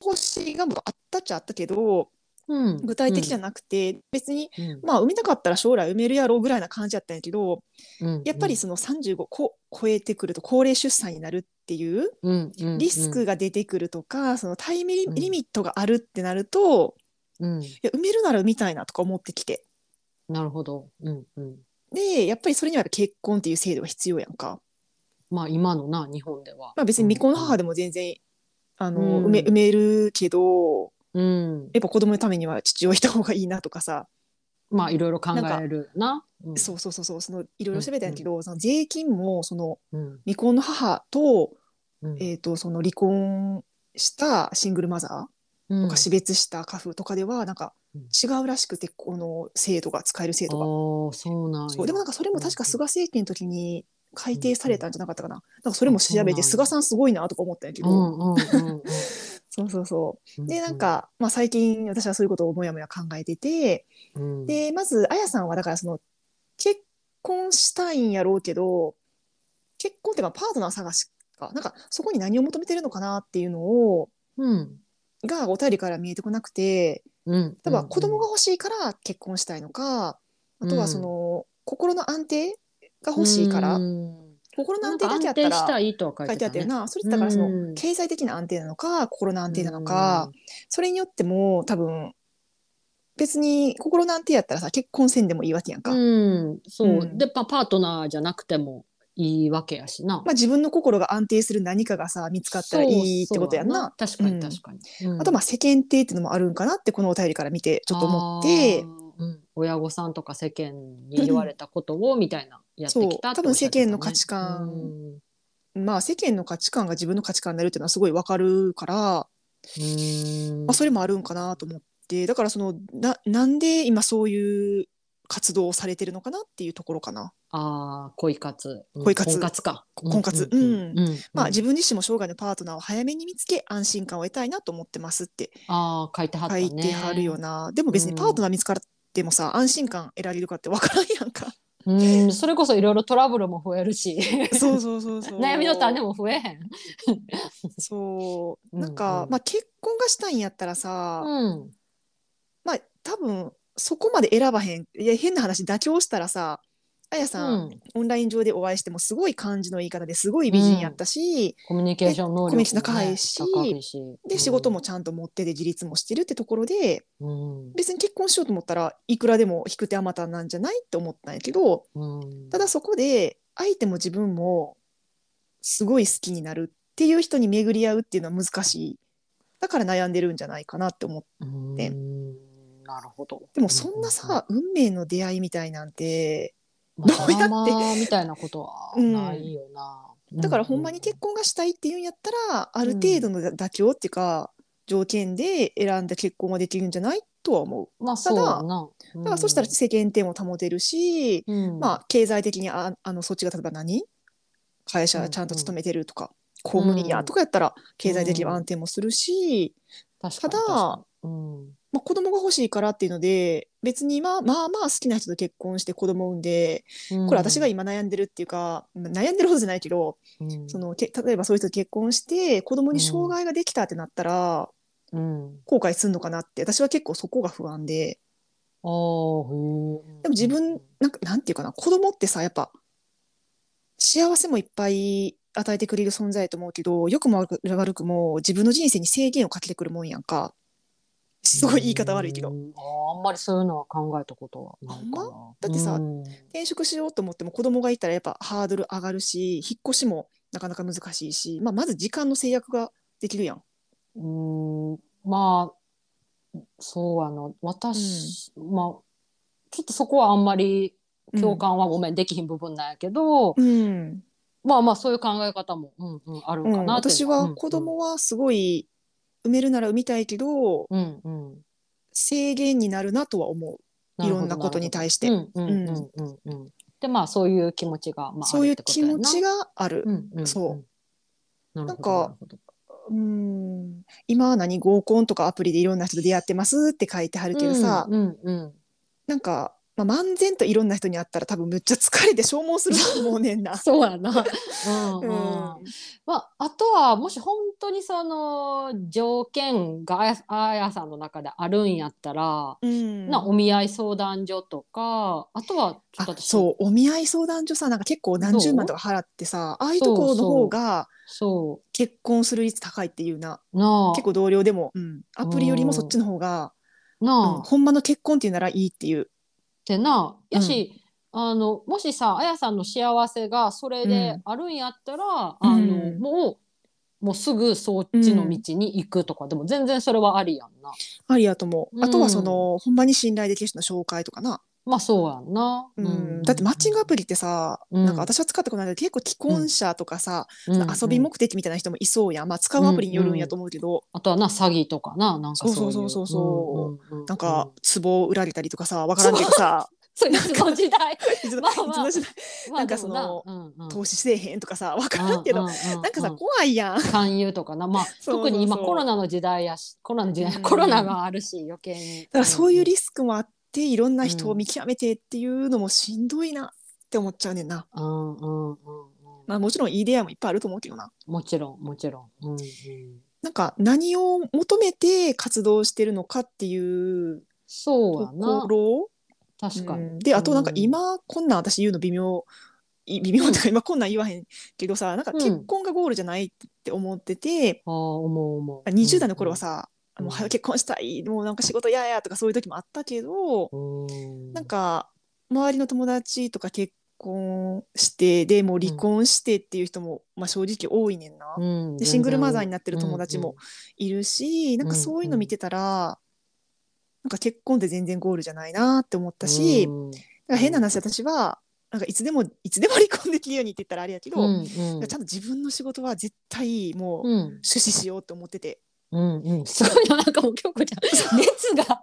[SPEAKER 2] 星がもうあったっちゃあったけど
[SPEAKER 1] うん
[SPEAKER 2] 具体的じゃなくて、別に
[SPEAKER 1] うん
[SPEAKER 2] まあ産みたかったら将来産めるやろうぐらいな感じだったんやけど
[SPEAKER 1] うん
[SPEAKER 2] やっぱりその35こ超えてくると高齢出産になるっていう
[SPEAKER 1] うんうん
[SPEAKER 2] リスクが出てくるとか、そのタイムリリミットがあるってなると、
[SPEAKER 1] うん
[SPEAKER 2] いや産めるなら産みたいなとか思ってきて
[SPEAKER 1] なるほど、うんうん、
[SPEAKER 2] でやっぱりそれには結婚っていう制度が必要やんか、
[SPEAKER 1] まあ今のな日本では、
[SPEAKER 2] まあ、別に未婚の
[SPEAKER 1] で、
[SPEAKER 2] 母でも全然、あの
[SPEAKER 1] うん
[SPEAKER 2] 産め産めるけど
[SPEAKER 1] うん、
[SPEAKER 2] やっぱ子供のためには父親いた方がいいなとかさ、
[SPEAKER 1] まあいろいろ考えるなうん
[SPEAKER 2] そうそうそうそうそのいろいろ調べたんやけど、その税金もその
[SPEAKER 1] うん
[SPEAKER 2] 未婚の母と,、
[SPEAKER 1] うん
[SPEAKER 2] えー、とその離婚したシングルマザーとか死別した家父とかではなんか
[SPEAKER 1] うん
[SPEAKER 2] 違うらしくてこの制度が使える制
[SPEAKER 1] うん、
[SPEAKER 2] 度が。
[SPEAKER 1] ああそうなんや
[SPEAKER 2] そうでもなんかそれも確か菅政権の時に改定されたんじゃなかったかな。なんかそれも調
[SPEAKER 1] あそ
[SPEAKER 2] べて
[SPEAKER 1] うなんや
[SPEAKER 2] 菅さんすごいなとか思ったんやけ
[SPEAKER 1] う
[SPEAKER 2] ど、
[SPEAKER 1] んうんうんうん
[SPEAKER 2] そうそうそうう。で、なん、か、まあ、最近私はそういうことをもやもや考えてて、
[SPEAKER 3] うん、
[SPEAKER 2] で、まず、あやさんは、だから、その、結婚したいんやろうけど、結婚ってまあパートナー探しか、なんか、そこに何を求めてるのかなっていうのを、
[SPEAKER 1] うん。
[SPEAKER 2] がお便りから見えてこなくて、
[SPEAKER 1] うん。
[SPEAKER 2] 例えば子供が欲しいから結婚したいのか、あとはその、心の安定が欲しいから、
[SPEAKER 1] うん
[SPEAKER 2] 心
[SPEAKER 1] な
[SPEAKER 2] の安
[SPEAKER 1] ん
[SPEAKER 2] 定
[SPEAKER 1] か
[SPEAKER 2] だ
[SPEAKER 1] 安
[SPEAKER 2] けや
[SPEAKER 1] 定
[SPEAKER 2] った
[SPEAKER 1] した
[SPEAKER 2] ら、
[SPEAKER 1] いとは
[SPEAKER 2] 書
[SPEAKER 1] 書
[SPEAKER 2] い
[SPEAKER 1] い
[SPEAKER 2] て
[SPEAKER 1] てあ
[SPEAKER 2] あっ
[SPEAKER 1] ったた
[SPEAKER 2] よ
[SPEAKER 1] ね。
[SPEAKER 2] な、それってだからその、
[SPEAKER 1] うん
[SPEAKER 2] 経済的な安定なのか心の安定なのか、それによっても多分別に心の安定やったらさ結婚せんでもいいわけやんか、
[SPEAKER 1] う
[SPEAKER 2] ま
[SPEAKER 1] ん。うん、そう。
[SPEAKER 2] うん
[SPEAKER 1] で、パパートナーじゃなくてもいいわけやしな。
[SPEAKER 2] あ、自分の心が安定する何かがさ見つかったらいいってことやんな
[SPEAKER 1] そうそうやな
[SPEAKER 2] うん
[SPEAKER 1] 確かに確かに。うん
[SPEAKER 2] あとまあ世間体っていうのもあるんかなってこのお便りから見てちょっと思っ
[SPEAKER 1] あ
[SPEAKER 2] て
[SPEAKER 1] ー。うん、親御さんとか世間に言われたことをみたいなやってきたって
[SPEAKER 2] そう
[SPEAKER 1] おっしゃってたね
[SPEAKER 2] 多分世間の価値観
[SPEAKER 1] うん
[SPEAKER 2] まあ世間の価値観が自分の価値観になるっていうのはすごいわかるから、まあ、それもあるんかなと思ってだからそのななんで今そういう活動をされてるのかなっていうところかな。
[SPEAKER 1] ああ恋活うん
[SPEAKER 2] 恋活
[SPEAKER 1] 婚活か
[SPEAKER 2] 婚活
[SPEAKER 1] うん
[SPEAKER 2] うん
[SPEAKER 1] うん
[SPEAKER 2] まあ、自分自身も生涯のパートナーを早めに見つけ安心感を得たいなと思ってますって
[SPEAKER 1] ああ書いてはった
[SPEAKER 2] 書
[SPEAKER 1] ね
[SPEAKER 2] いてはるような、でも別にパートナー見つかってもさ、安心感得られるかって分からんやん
[SPEAKER 1] [LAUGHS]
[SPEAKER 2] か
[SPEAKER 1] うんそれこそいろいろトラブルも増えるし
[SPEAKER 2] そうそうそうそう
[SPEAKER 1] 悩みの種も増えへん、
[SPEAKER 2] そう
[SPEAKER 1] うん
[SPEAKER 2] なんか、
[SPEAKER 1] うん
[SPEAKER 2] まあ、結婚がしたいんやったらさ、
[SPEAKER 1] うん、
[SPEAKER 2] まあ多分そこまで選ばへんいや変な話妥協したらさあやさん、
[SPEAKER 1] うん
[SPEAKER 2] オンライン上でお会いしてもすごい感じの言い方ですごい美人やったし、
[SPEAKER 1] コミュニケーション能力も、ね、
[SPEAKER 2] コミュニケーション高いし
[SPEAKER 1] 高いし
[SPEAKER 2] で仕事、もちゃんと持ってて自立もしてるってところで
[SPEAKER 1] うん
[SPEAKER 2] 別に結婚しようと思ったらいくらでも引く手あまたなんじゃないって思ったんやけど
[SPEAKER 1] うん、
[SPEAKER 2] ただそこで相手も自分もすごい好きになるっていう人に巡り合うっていうのは難しいだから悩んでるんじゃないかなって思って
[SPEAKER 1] うん
[SPEAKER 2] ね
[SPEAKER 1] なるほど
[SPEAKER 2] でもそんなさ、運命の出会いみたいなんて
[SPEAKER 1] まあ
[SPEAKER 2] [LAUGHS] どうやって
[SPEAKER 1] ドラマみたいなことはないよな。
[SPEAKER 2] だからほんまに結婚がしたいっていうんやったらある程度の妥協っていうか条件で選んだ結婚はできるんじゃないとは思う。
[SPEAKER 1] まあそうやな。
[SPEAKER 2] だからそしたら世間体も保てるし、
[SPEAKER 1] うん、
[SPEAKER 2] まあ、経済的にああのそっちが例えば何会社ちゃんと勤めてるとか、公務員やとかやったら経済的には安定もするし、
[SPEAKER 1] あ、確かに
[SPEAKER 2] ただ
[SPEAKER 1] 確かにうん
[SPEAKER 2] まあ、子供が欲しいからっていうので別にまあまあまあ好きな人と結婚して子供産んでこれ私が、今悩んでるっていうか、悩んでるほどじゃないけど
[SPEAKER 1] うん
[SPEAKER 2] そのけ例えばそういう人と結婚して子供に障害ができたってなったら、
[SPEAKER 1] うん、
[SPEAKER 2] 後悔するのかなって私は結構そこが不安で
[SPEAKER 1] あーへえ
[SPEAKER 2] でも自分なんかなんていうかな子供ってさやっぱ幸せもいっぱい与えてくれる存在だと思うけど良くも悪く悪くも自分の人生に制限をかけてくるもんやんかすごい言い方悪いけど、
[SPEAKER 1] うんあーあんまりそういうのは考えたことはないかな。
[SPEAKER 2] あんだってさ
[SPEAKER 1] うん
[SPEAKER 2] 転職しようと思っても子供がいたらやっぱハードル上がるし引っ越しもなかなか難しいし、まあ、まず時間の制約ができるやん。
[SPEAKER 1] うーんまあそうあの私、まあちょっとそこはあんまり共感はごめん、できひん部分なんやけど、
[SPEAKER 2] うん、
[SPEAKER 1] まあまあそういう考え方も、うんうん、ある
[SPEAKER 2] う
[SPEAKER 1] か
[SPEAKER 2] ん、
[SPEAKER 1] なってい
[SPEAKER 2] 私
[SPEAKER 1] うの
[SPEAKER 2] は子供はすごい産めるなら産みたいけど、
[SPEAKER 1] うんうんうん
[SPEAKER 2] 制限になるなとは思ういろんなことに対して、
[SPEAKER 1] うんうんうんうんうんでまあそういう気持ちが、まあ、
[SPEAKER 2] そういう気持ち
[SPEAKER 1] が、
[SPEAKER 2] がある。
[SPEAKER 1] うんうん、
[SPEAKER 2] そう
[SPEAKER 1] なるほ
[SPEAKER 2] な
[SPEAKER 1] ど
[SPEAKER 2] んか
[SPEAKER 1] なるほど
[SPEAKER 2] うん今は何合コンとかアプリでいろんな人と出会ってますって書いてあるけどさ、
[SPEAKER 1] うんうん
[SPEAKER 2] なんか、まあ、漫然といろんな人に会ったら多分むっちゃ疲れて消耗すると思うねん
[SPEAKER 1] う
[SPEAKER 2] な
[SPEAKER 1] ん、。そうやな、 [LAUGHS] うんうん
[SPEAKER 2] うん
[SPEAKER 1] まあ、あとはもし本当にその条件があやあやさんの中であるんやったら、
[SPEAKER 2] うん
[SPEAKER 1] なお見合い相談所とかあとはちょっ
[SPEAKER 2] あ
[SPEAKER 1] と私
[SPEAKER 2] そうお見合い相談所さなんか結構何十万とか払ってさああいうところの方が
[SPEAKER 1] そ
[SPEAKER 2] 結婚する率高いっていうな
[SPEAKER 1] うなあ
[SPEAKER 2] 結構同僚でも、うん、アプリよりもそっちの方が、う
[SPEAKER 1] なあ、
[SPEAKER 2] ん、ほんまの結婚っていうならいいっていう。
[SPEAKER 1] ってなやし、あのもしさあやさんの幸せがそれで
[SPEAKER 2] うん
[SPEAKER 1] あるんやったら、
[SPEAKER 2] うん
[SPEAKER 1] あのもうもうすぐそっちの道に行くとか、でも全然それはありやんな
[SPEAKER 2] ありやと思
[SPEAKER 1] うん
[SPEAKER 2] う。あとはその、ほんまに信頼できる人の紹介とかな。
[SPEAKER 1] まあそうやんな、
[SPEAKER 2] うんだってマッチングアプ
[SPEAKER 1] リ、
[SPEAKER 2] リってさ、
[SPEAKER 1] うん
[SPEAKER 2] なんか私は使ってこないけど結構既婚者とかさ、
[SPEAKER 1] うん
[SPEAKER 2] 遊び目的みたいな人もいそうやん、まあ、使うアプリによるんやと思うけど、
[SPEAKER 1] あとはな詐欺とかななんかそういう
[SPEAKER 2] そうそうそうそうそう
[SPEAKER 1] うんうんうんうん
[SPEAKER 2] [LAUGHS] なんか壺を売られたりとかさわからんけどさ
[SPEAKER 1] それいつの時代。
[SPEAKER 2] いつの
[SPEAKER 1] まあまあ
[SPEAKER 2] いつの時代
[SPEAKER 1] まあ
[SPEAKER 2] [LAUGHS] なんかその
[SPEAKER 1] でもなうんうん
[SPEAKER 2] 投資せえへんとかさ分からんけ
[SPEAKER 1] う
[SPEAKER 2] ど
[SPEAKER 1] うう
[SPEAKER 2] なんかさ
[SPEAKER 1] う
[SPEAKER 2] 怖いやん。
[SPEAKER 1] 勧誘とかな、まあ、
[SPEAKER 2] [LAUGHS] そうそうそう
[SPEAKER 1] 特に今コロナの時代やし、コロナの時代、
[SPEAKER 2] うん
[SPEAKER 1] コロナがあるし、余計に。
[SPEAKER 2] だからそういうリスクもあっていろんな人を見極めてっていうのもしんどいなって思っちゃうねんな。
[SPEAKER 1] うんうんうんうん、
[SPEAKER 2] まあ、もちろんいい出会いもいっぱいあると思うけどな。
[SPEAKER 1] もちろん、もちろん。うんうん
[SPEAKER 2] なんか何を求めて活動してるのかっていう
[SPEAKER 1] そうや
[SPEAKER 2] と
[SPEAKER 1] な
[SPEAKER 2] こ、ろ、
[SPEAKER 1] 確か
[SPEAKER 2] う
[SPEAKER 1] に。
[SPEAKER 2] んであとなんか
[SPEAKER 1] うん
[SPEAKER 2] 今こんなん私言うの微妙い微妙とか今こんなん言わへんけどさなんか
[SPEAKER 1] うん
[SPEAKER 2] 結婚がゴールじゃないって思ってて、
[SPEAKER 1] ああ、思う思う。
[SPEAKER 2] 20代の頃はさ、
[SPEAKER 1] うん
[SPEAKER 2] もう早く結婚したいもうなんか仕事嫌やとかそういう時もあったけど、
[SPEAKER 1] うん、
[SPEAKER 2] なんか周りの友達とか結婚してでもう離婚してっていう人も、まあ、正直多いねんな、
[SPEAKER 1] うん、全
[SPEAKER 2] で
[SPEAKER 1] 然
[SPEAKER 2] シングルマザーになってる友達もいるし、
[SPEAKER 1] ん
[SPEAKER 2] なんかそういうの見てたら、なんか結婚って全然ゴールじゃないなって思ったし、
[SPEAKER 1] う
[SPEAKER 2] なん
[SPEAKER 1] ん
[SPEAKER 2] か変な話私はなんかいつでもいつでも離婚できるようにって言ったらあれやけど、
[SPEAKER 1] うん
[SPEAKER 2] なん
[SPEAKER 1] うん
[SPEAKER 2] かちゃんと自分の仕事は絶対もう
[SPEAKER 1] うん
[SPEAKER 2] 趣旨しようと思ってて、
[SPEAKER 1] うんうん、 [LAUGHS] そういうのなんかもう京子ちゃん熱が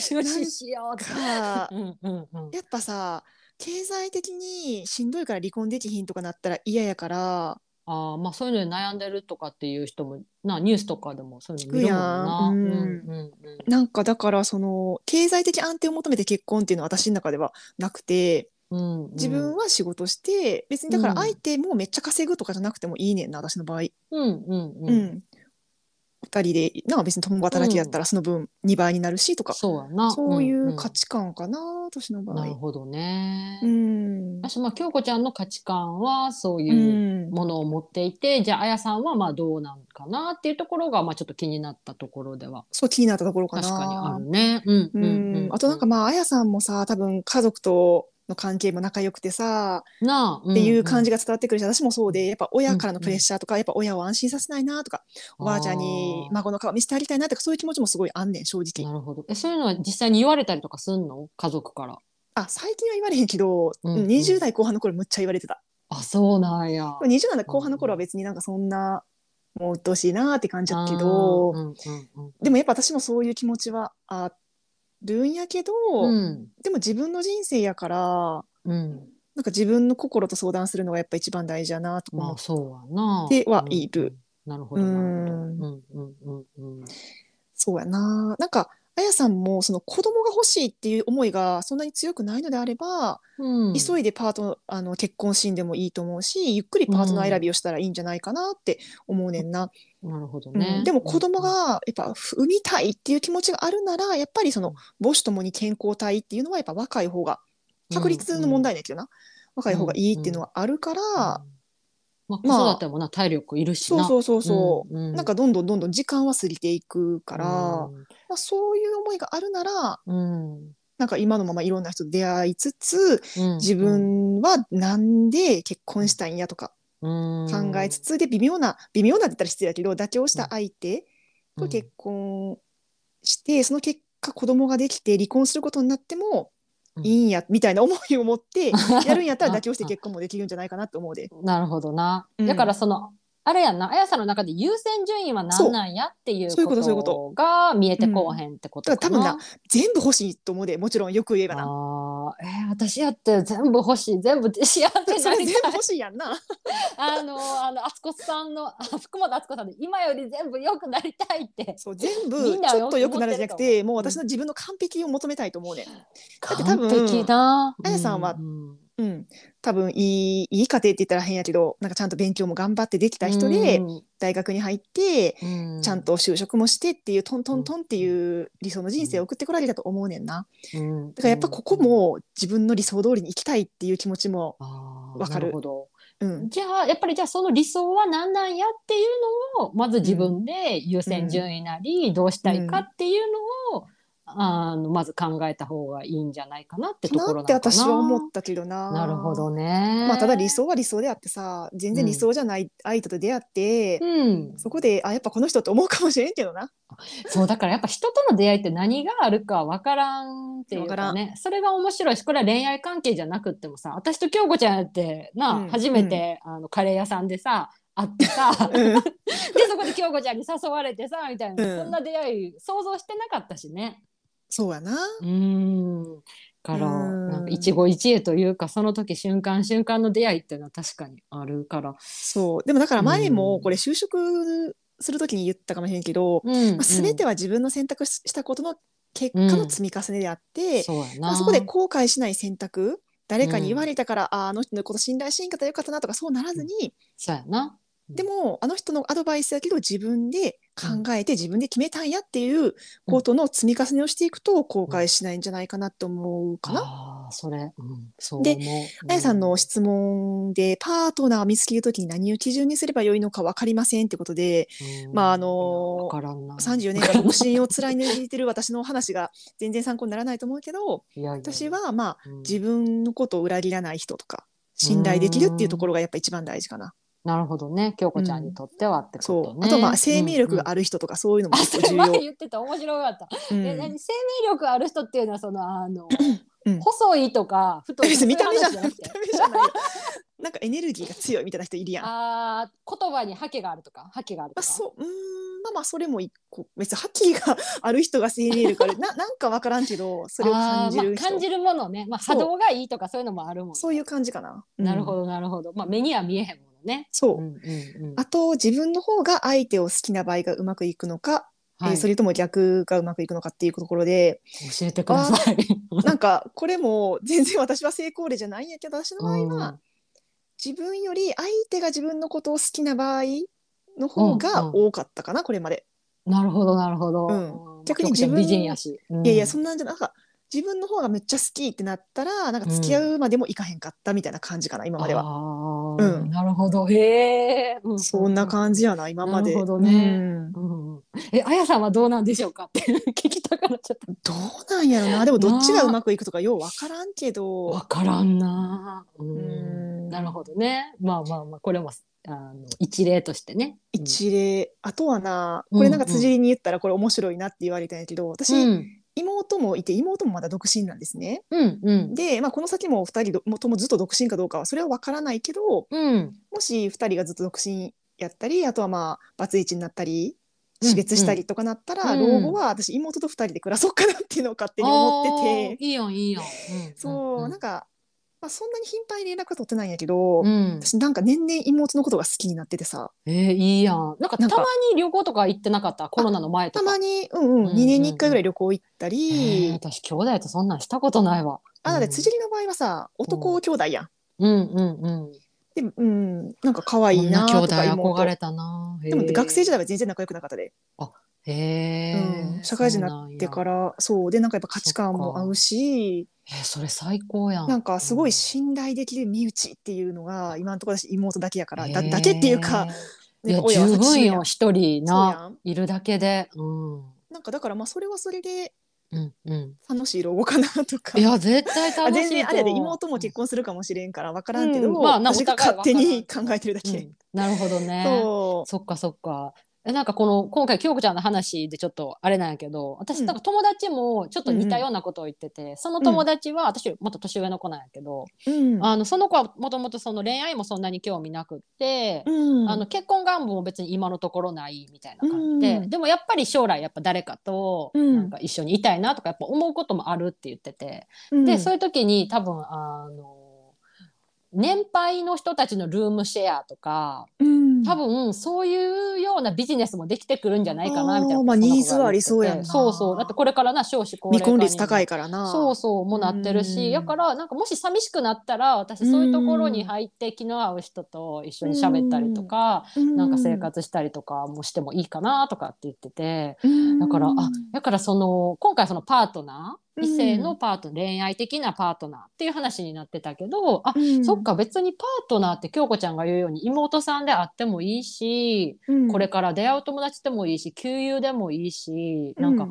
[SPEAKER 1] 終始しようとか。
[SPEAKER 2] か
[SPEAKER 1] うんうんうん
[SPEAKER 2] やっぱさ経済的にしんどいから離婚できひんとかなったら嫌やから
[SPEAKER 1] ああまあそういうので悩んでるとかっていう人もなニュースとかでもそういうの
[SPEAKER 2] 聞
[SPEAKER 1] 見
[SPEAKER 2] く
[SPEAKER 1] る
[SPEAKER 2] や
[SPEAKER 1] もん
[SPEAKER 2] ん
[SPEAKER 1] な。
[SPEAKER 2] うん
[SPEAKER 1] うんうん
[SPEAKER 2] なんかだからその経済的安定を求めて結婚っていうのは私の中ではなくて
[SPEAKER 1] うんうん
[SPEAKER 2] 自分は仕事して、別にだから
[SPEAKER 1] うん
[SPEAKER 2] 相手もめっちゃ稼ぐとかじゃなくてもいいねんな私の場合。
[SPEAKER 1] うんうん
[SPEAKER 2] う
[SPEAKER 1] うん、
[SPEAKER 2] ん2人でなんか別に共働きだったらその分2倍になるしとか、
[SPEAKER 1] そうやな
[SPEAKER 2] そうい
[SPEAKER 1] ん
[SPEAKER 2] うん価値観かな、私の場
[SPEAKER 1] なる
[SPEAKER 2] 合。
[SPEAKER 1] ほどね。
[SPEAKER 2] うん
[SPEAKER 1] 私まあ京子ちゃんの価値観はそう
[SPEAKER 2] う
[SPEAKER 1] いうんものを持っていて、じゃああやさんはまあどうなんかなっていうところがまあちょっと気になったところでは
[SPEAKER 2] そう気になったところかな。
[SPEAKER 1] 確かにあるね。うん
[SPEAKER 2] う
[SPEAKER 1] うんんうん
[SPEAKER 2] あとなんかまああやさんもさ多分家族との関係も仲良くてさ
[SPEAKER 1] なあ
[SPEAKER 2] っていう感
[SPEAKER 1] じ、
[SPEAKER 2] じが伝わってくるし、私もそうでやっぱ親からのプレッシャーとか、やっぱ親を安心させないなとかおばあちゃんに
[SPEAKER 1] あ
[SPEAKER 2] 孫の顔見せてあげたいなとかそういう気持ちもすごいあんねん正
[SPEAKER 1] ー
[SPEAKER 2] 直
[SPEAKER 1] なるほどえそういうのは実際に言われたりとかすんの家族から。
[SPEAKER 2] あ最近は言われへんけど、
[SPEAKER 1] うんうん
[SPEAKER 2] 20代後半の頃むっちゃ言われてた
[SPEAKER 1] あそうなんや。
[SPEAKER 2] でも20代の後半の頃は別になんかそんなもう鬱陶しいなって感じだけど、
[SPEAKER 1] あーうんうん
[SPEAKER 2] でもやっぱ私もそういう気持ちはあるんやけど、
[SPEAKER 1] うん
[SPEAKER 2] でも自分の人生やから
[SPEAKER 1] うん、
[SPEAKER 2] なんか自分の心と相談するのがやっぱ一番大事だなとか、
[SPEAKER 1] まあそうやな。
[SPEAKER 2] ではいる
[SPEAKER 1] うん。なるほどなるほど。うんうんうんうん。
[SPEAKER 2] そうやななんかあやさんもその子供が欲しいっていう思いがそんなに強くないのであれば、
[SPEAKER 1] うん、
[SPEAKER 2] 急いでパートあの結婚しんでもいいと思うしゆっくりパートナー選びをしたらいいんじゃないかなって思うねんな、
[SPEAKER 1] なるほどね、
[SPEAKER 2] うんでも子供がやっぱ産みたいっていう気持ちがあるならやっぱりその母子ともに健康体っていうのはやっぱ若い方が確率の問題だけどな、若い方がいいっていうのはあるから、
[SPEAKER 1] うんうん
[SPEAKER 2] まあ
[SPEAKER 1] まあ、子育てもな体力いるし
[SPEAKER 2] そう
[SPEAKER 1] な。
[SPEAKER 2] そううそうそう、
[SPEAKER 1] んうん
[SPEAKER 2] なんかどんどんどんどん時間は過ぎていくから、
[SPEAKER 1] うん
[SPEAKER 2] まあ、そういう思いがあるなら
[SPEAKER 1] うんうん
[SPEAKER 2] なんか今のままいろんな人と出会いつつ
[SPEAKER 1] うん
[SPEAKER 2] 自分はなんで結婚したいんやとか
[SPEAKER 1] 考
[SPEAKER 2] 考えつつで微妙な微妙なって言ったら失礼だけど妥協した相手と結婚してその結果子供ができて離婚することになっても
[SPEAKER 1] うん
[SPEAKER 2] いいんやみたいな思いを持
[SPEAKER 1] [LAUGHS]
[SPEAKER 2] ってやるんやったら妥協して
[SPEAKER 1] あ
[SPEAKER 2] 結婚もできるんじゃないかなと思うで。
[SPEAKER 1] なるほどな。
[SPEAKER 2] うん
[SPEAKER 1] だからその、あれやんな、あやさんの中で優先順位は何なんやっていう
[SPEAKER 2] そういうことそういう
[SPEAKER 1] こ
[SPEAKER 2] こと
[SPEAKER 1] とが見えてこうへんってことかな。
[SPEAKER 2] うんだから多全部欲しいと思うでもちろんよく言えばな。
[SPEAKER 1] あーえー私やって全部欲しい全部幸せに
[SPEAKER 2] そ
[SPEAKER 1] な
[SPEAKER 2] れ
[SPEAKER 1] り
[SPEAKER 2] 全部
[SPEAKER 1] たい
[SPEAKER 2] 欲しいやんな。
[SPEAKER 1] [LAUGHS] あのあの敦子さんのあ福本敦子さんで今より全部良くなりたいって
[SPEAKER 2] そう全
[SPEAKER 1] み
[SPEAKER 2] 部
[SPEAKER 1] ん
[SPEAKER 2] ち
[SPEAKER 1] なよ
[SPEAKER 2] ょっと良くなるじゃなく
[SPEAKER 1] 思って
[SPEAKER 2] てもう私の自分の完璧を求めたいと思うねん。だって多
[SPEAKER 1] 完
[SPEAKER 2] 分
[SPEAKER 1] 璧な
[SPEAKER 2] あやさんは
[SPEAKER 1] うん
[SPEAKER 2] うん、多分いいいい家庭って言ったら変やけどなんかちゃんと勉強も頑張ってできた人で大学に入って
[SPEAKER 1] うん
[SPEAKER 2] ちゃんと就職もしてっていうトントントンっていう理想の人生を送ってこられたと思うねんな
[SPEAKER 1] うん
[SPEAKER 2] だからやっぱここも自分の理想通りに生きたいっていう気持ちも、
[SPEAKER 1] あー
[SPEAKER 2] わか
[SPEAKER 1] な
[SPEAKER 2] る
[SPEAKER 1] るほど
[SPEAKER 2] うん、
[SPEAKER 1] じゃあやっぱりじゃあその理想は何なんやっていうのをまず自分で優先順位なりどうしたいかっていうのを、あのまず考えた方がいいんじゃないかなってとこ
[SPEAKER 2] な
[SPEAKER 1] ろ
[SPEAKER 2] って
[SPEAKER 1] なのかな
[SPEAKER 2] 私は思ったけどな
[SPEAKER 1] なるほどね。
[SPEAKER 2] まあただ理想は理想であってさ全然理想じゃない相手と出会って、
[SPEAKER 1] うん、
[SPEAKER 2] そこであやっぱこの人って思うかもしれんけ
[SPEAKER 1] [LAUGHS]
[SPEAKER 2] どな
[SPEAKER 1] そうだからやっぱ人との出会いって何があるか分からんっていう
[SPEAKER 2] わから
[SPEAKER 1] かねそれが面白いしこれは恋愛関係じゃなくってもさ私と京子ちゃんやってな、
[SPEAKER 2] うん
[SPEAKER 1] 初めて、あのカレー屋さんでさ会って
[SPEAKER 2] [LAUGHS]
[SPEAKER 1] さで
[SPEAKER 2] うん
[SPEAKER 1] そこで京子ちゃんに誘われてさみたいな、
[SPEAKER 2] うん
[SPEAKER 1] こんな出会い想像してなかったしね。
[SPEAKER 2] そうやな
[SPEAKER 1] うーんから、
[SPEAKER 2] うん
[SPEAKER 1] なんか一期一会というかその時瞬間瞬間の出会いっていうのは確かにあるから、
[SPEAKER 2] そうでもだから前
[SPEAKER 1] う
[SPEAKER 2] も
[SPEAKER 1] ん
[SPEAKER 2] これ就職する時に言ったかもしれんけど、
[SPEAKER 1] うん
[SPEAKER 2] まあ、全ては自分の選択ししたことの結果の積み重ねであって、
[SPEAKER 1] そうやな、
[SPEAKER 2] まあ、そこで後悔しない選択誰かに言われたから、あーあの人のこと信頼しんかったらよかったなとかそうならずに、
[SPEAKER 1] そうやな
[SPEAKER 2] でもあの人のアドバイスだけど自分で考えて自分で決めたんやっていうことの積み重ねをしていくと後悔しないんじゃないかなと思うかな。
[SPEAKER 1] ああそれ、うん、そう
[SPEAKER 2] で
[SPEAKER 1] 思う
[SPEAKER 2] あやさんの質問でパートナーを見つけるときに何を基準にすればよいのか分かりませんってことで
[SPEAKER 1] うん
[SPEAKER 2] まああの
[SPEAKER 1] いやわからんな
[SPEAKER 2] 34年間独身を貫いてる私の話が全然参考にならないと思うけど
[SPEAKER 1] [LAUGHS] いやいや
[SPEAKER 2] 私、はまあ
[SPEAKER 1] うん
[SPEAKER 2] 自分のことを裏切らない人とか信頼できるっていうところがやっぱ一番大事かな。
[SPEAKER 1] なるほどね京子ちゃんにとってはってことね、
[SPEAKER 2] そうあとまあ生命力が
[SPEAKER 1] ある、
[SPEAKER 2] ある人とかそういうのも
[SPEAKER 1] あそ
[SPEAKER 2] 結構
[SPEAKER 1] れ
[SPEAKER 2] 重
[SPEAKER 1] 前
[SPEAKER 2] 要。
[SPEAKER 1] 言ってた面白かった、
[SPEAKER 2] うん
[SPEAKER 1] え何生命力ある人っていうのはそのあの、
[SPEAKER 2] うん
[SPEAKER 1] 細いとか太いと
[SPEAKER 2] 別
[SPEAKER 1] か
[SPEAKER 2] に見た目じゃ
[SPEAKER 1] そう
[SPEAKER 2] な
[SPEAKER 1] う話
[SPEAKER 2] い見た目じゃないなんかエネルギーが強いみたいな人いるやんま
[SPEAKER 1] あー言葉に覇気があるとか覇気があると
[SPEAKER 2] あ
[SPEAKER 1] か、
[SPEAKER 2] そううーんまあまあそれも一個別に覇気があ
[SPEAKER 1] [LAUGHS]
[SPEAKER 2] る人が生命力あるななんか分からんけどそれを感じ
[SPEAKER 1] あ
[SPEAKER 2] る
[SPEAKER 1] ー
[SPEAKER 2] 人、
[SPEAKER 1] まあ、感じるものね、まあ、
[SPEAKER 2] そ
[SPEAKER 1] 波
[SPEAKER 2] う
[SPEAKER 1] 動がいいとかそういうのもあるもん、ね、
[SPEAKER 2] そういう感じかな、うん
[SPEAKER 1] なるほどなるほど、まあ、目には見えへんものね、
[SPEAKER 2] そう、
[SPEAKER 1] うんうんうん
[SPEAKER 2] あと自分の方が相手を好きな場合がうまくいくのか、えーそれとも逆がうまくいくのかっていうところで
[SPEAKER 1] 教えてください。
[SPEAKER 2] なんかこれも全然私は成功例じゃないんやけど私の場合は、
[SPEAKER 1] うん
[SPEAKER 2] 自分より相手が自分のことを好きな場合の方が多かったかな、これまで。
[SPEAKER 1] なるほどなるほど。
[SPEAKER 2] うん
[SPEAKER 1] うん
[SPEAKER 2] 逆に自分
[SPEAKER 1] まあ京子ちゃん美人やし。
[SPEAKER 2] いやいや
[SPEAKER 1] そ
[SPEAKER 2] そんなんじゃなんか自分の方がめっちゃ好きってなったらなんか付き合うまでもいかへんかったみたいな感じかな、今までは。
[SPEAKER 1] は
[SPEAKER 2] うん
[SPEAKER 1] なるほど。へえ。う
[SPEAKER 2] そんな感じやな今まで。
[SPEAKER 1] なるほどね
[SPEAKER 2] うん
[SPEAKER 1] じ。うんえあやさんはどうなんでしょうかって [LAUGHS] 聞きたからちょっと
[SPEAKER 2] どうなんやろなでもどっちがうまくいくとかようわからんけ
[SPEAKER 1] わ
[SPEAKER 2] ど。
[SPEAKER 1] からんな。うん。
[SPEAKER 2] うん
[SPEAKER 1] なるほどね。まあまあまあこれもあの一例としてね。
[SPEAKER 2] 一例あとはなこれなんか辻に言ったらこれ面白いなって言われたんやけど私、
[SPEAKER 1] うん
[SPEAKER 2] 妹もいて妹もまだ独身なんですね。
[SPEAKER 1] うんうん
[SPEAKER 2] で、まあ、この先も2人どもともずっと独身かどうかはそれはわからないけど、
[SPEAKER 1] うん
[SPEAKER 2] もし2人がずっと独身やったりあとはまあバツイチになったり
[SPEAKER 1] うん
[SPEAKER 2] 死別したりとかなったら、
[SPEAKER 1] うん
[SPEAKER 2] 老後は私妹と2人で暮らそうかなっていうのを勝手に思って
[SPEAKER 1] あー
[SPEAKER 2] て
[SPEAKER 1] いいよいいよ。ん
[SPEAKER 2] そう、なん
[SPEAKER 1] か。
[SPEAKER 2] か、まあ、そんなに頻繁に連絡は取ってないんやけ
[SPEAKER 1] う
[SPEAKER 2] ど、
[SPEAKER 1] ん。
[SPEAKER 2] 私なんか年々妹のことが好きになっててさ
[SPEAKER 1] えー、いいやん。なんか
[SPEAKER 2] なんか
[SPEAKER 1] たまに旅行とか行ってなかったコロナの前と
[SPEAKER 2] た
[SPEAKER 1] か。
[SPEAKER 2] まに、うん
[SPEAKER 1] うん
[SPEAKER 2] う、
[SPEAKER 1] うんん
[SPEAKER 2] 2年に1回ぐらい旅行行った
[SPEAKER 1] え
[SPEAKER 2] り、
[SPEAKER 1] ー、私兄弟とそんなんしたことないわ。
[SPEAKER 2] あだって
[SPEAKER 1] 辻
[SPEAKER 2] 辻りの場合はさ男兄弟やん。
[SPEAKER 1] うんうんうん。
[SPEAKER 2] でうん、なんか可愛い
[SPEAKER 1] 女
[SPEAKER 2] な
[SPEAKER 1] 兄
[SPEAKER 2] と
[SPEAKER 1] 弟
[SPEAKER 2] か
[SPEAKER 1] 憧
[SPEAKER 2] 妹
[SPEAKER 1] れたな。
[SPEAKER 2] でも学生時
[SPEAKER 1] 代。
[SPEAKER 2] 代は全然仲良くなかったで
[SPEAKER 1] へ
[SPEAKER 2] う
[SPEAKER 1] え、。
[SPEAKER 2] ん社会人になってかららそうでなんかやっぱ価値観も合うし
[SPEAKER 1] えーそれ最高やん。
[SPEAKER 2] なんかすごい
[SPEAKER 1] し
[SPEAKER 2] 信頼できる身内っていうのが今のところ私妹だけやからだだけっていうか。
[SPEAKER 1] いや
[SPEAKER 2] ね親は
[SPEAKER 1] 十分
[SPEAKER 2] 父や
[SPEAKER 1] よ
[SPEAKER 2] ん
[SPEAKER 1] 一人
[SPEAKER 2] そう
[SPEAKER 1] な
[SPEAKER 2] やん
[SPEAKER 1] いるだけで。うん
[SPEAKER 2] なんかだからまあそれはそれで
[SPEAKER 1] うんうん。
[SPEAKER 2] 楽しい老後かなとか
[SPEAKER 1] いや絶対楽しい
[SPEAKER 2] あ
[SPEAKER 1] と思う。
[SPEAKER 2] 全然あれやで妹も結婚するかもしれんから分からんけど、
[SPEAKER 1] うんまあな
[SPEAKER 2] 私が
[SPEAKER 1] お互い
[SPEAKER 2] 勝手に
[SPEAKER 1] 分か
[SPEAKER 2] 考
[SPEAKER 1] らん
[SPEAKER 2] えてるだ
[SPEAKER 1] う
[SPEAKER 2] け、
[SPEAKER 1] んなるほどね。
[SPEAKER 2] そう
[SPEAKER 1] そっかそっか。えなんかこの今回京子ちゃんの話でちょっとあれなんやけど私
[SPEAKER 2] うん
[SPEAKER 1] なんか友達もちょっと似たようなことを言ってて、その友達は私よりもっと年上の子なんやけど、
[SPEAKER 2] うん
[SPEAKER 1] あのその子はもともとその恋愛もそんなに興味なくって、
[SPEAKER 2] うん
[SPEAKER 1] あの結婚願望も別に今のところないみたいな感じで、
[SPEAKER 2] うん
[SPEAKER 1] でもやっぱり将来やっぱ誰かと
[SPEAKER 2] うん
[SPEAKER 1] なんか一緒にいたいなとかやっぱ思うこともあるって言ってて、
[SPEAKER 2] うん
[SPEAKER 1] でそういう時に多分あの年配の人たちのルームシェアとか
[SPEAKER 2] うん
[SPEAKER 1] 多分そういうようなビジネスもできてくるんじゃないかな
[SPEAKER 2] あー
[SPEAKER 1] みたいな、
[SPEAKER 2] まあ
[SPEAKER 1] そんなこと
[SPEAKER 2] ニーズはありそうやんな
[SPEAKER 1] そうそうだってこれからな少子高齢
[SPEAKER 2] 未
[SPEAKER 1] 化に
[SPEAKER 2] 婚率高いからな
[SPEAKER 1] そうそうもなってるし
[SPEAKER 2] うん
[SPEAKER 1] だからなんかもし寂しくなったら私そういうところに入って気の合う人と一緒に喋ったりとか、
[SPEAKER 2] う
[SPEAKER 1] なんか生、活したりとかもしてもいいかなとかって言ってて
[SPEAKER 2] うん
[SPEAKER 1] だからあだからその今回そのパートナー
[SPEAKER 2] うん
[SPEAKER 1] 異性のパートナー恋愛的なパートナーっていう話になってたけどあ
[SPEAKER 2] うん
[SPEAKER 1] そっか別にパートナーって京子ちゃんが言うように妹さんであってもいいし、
[SPEAKER 2] うん
[SPEAKER 1] これから出会う友達でもいいし旧友でもいいし、なんか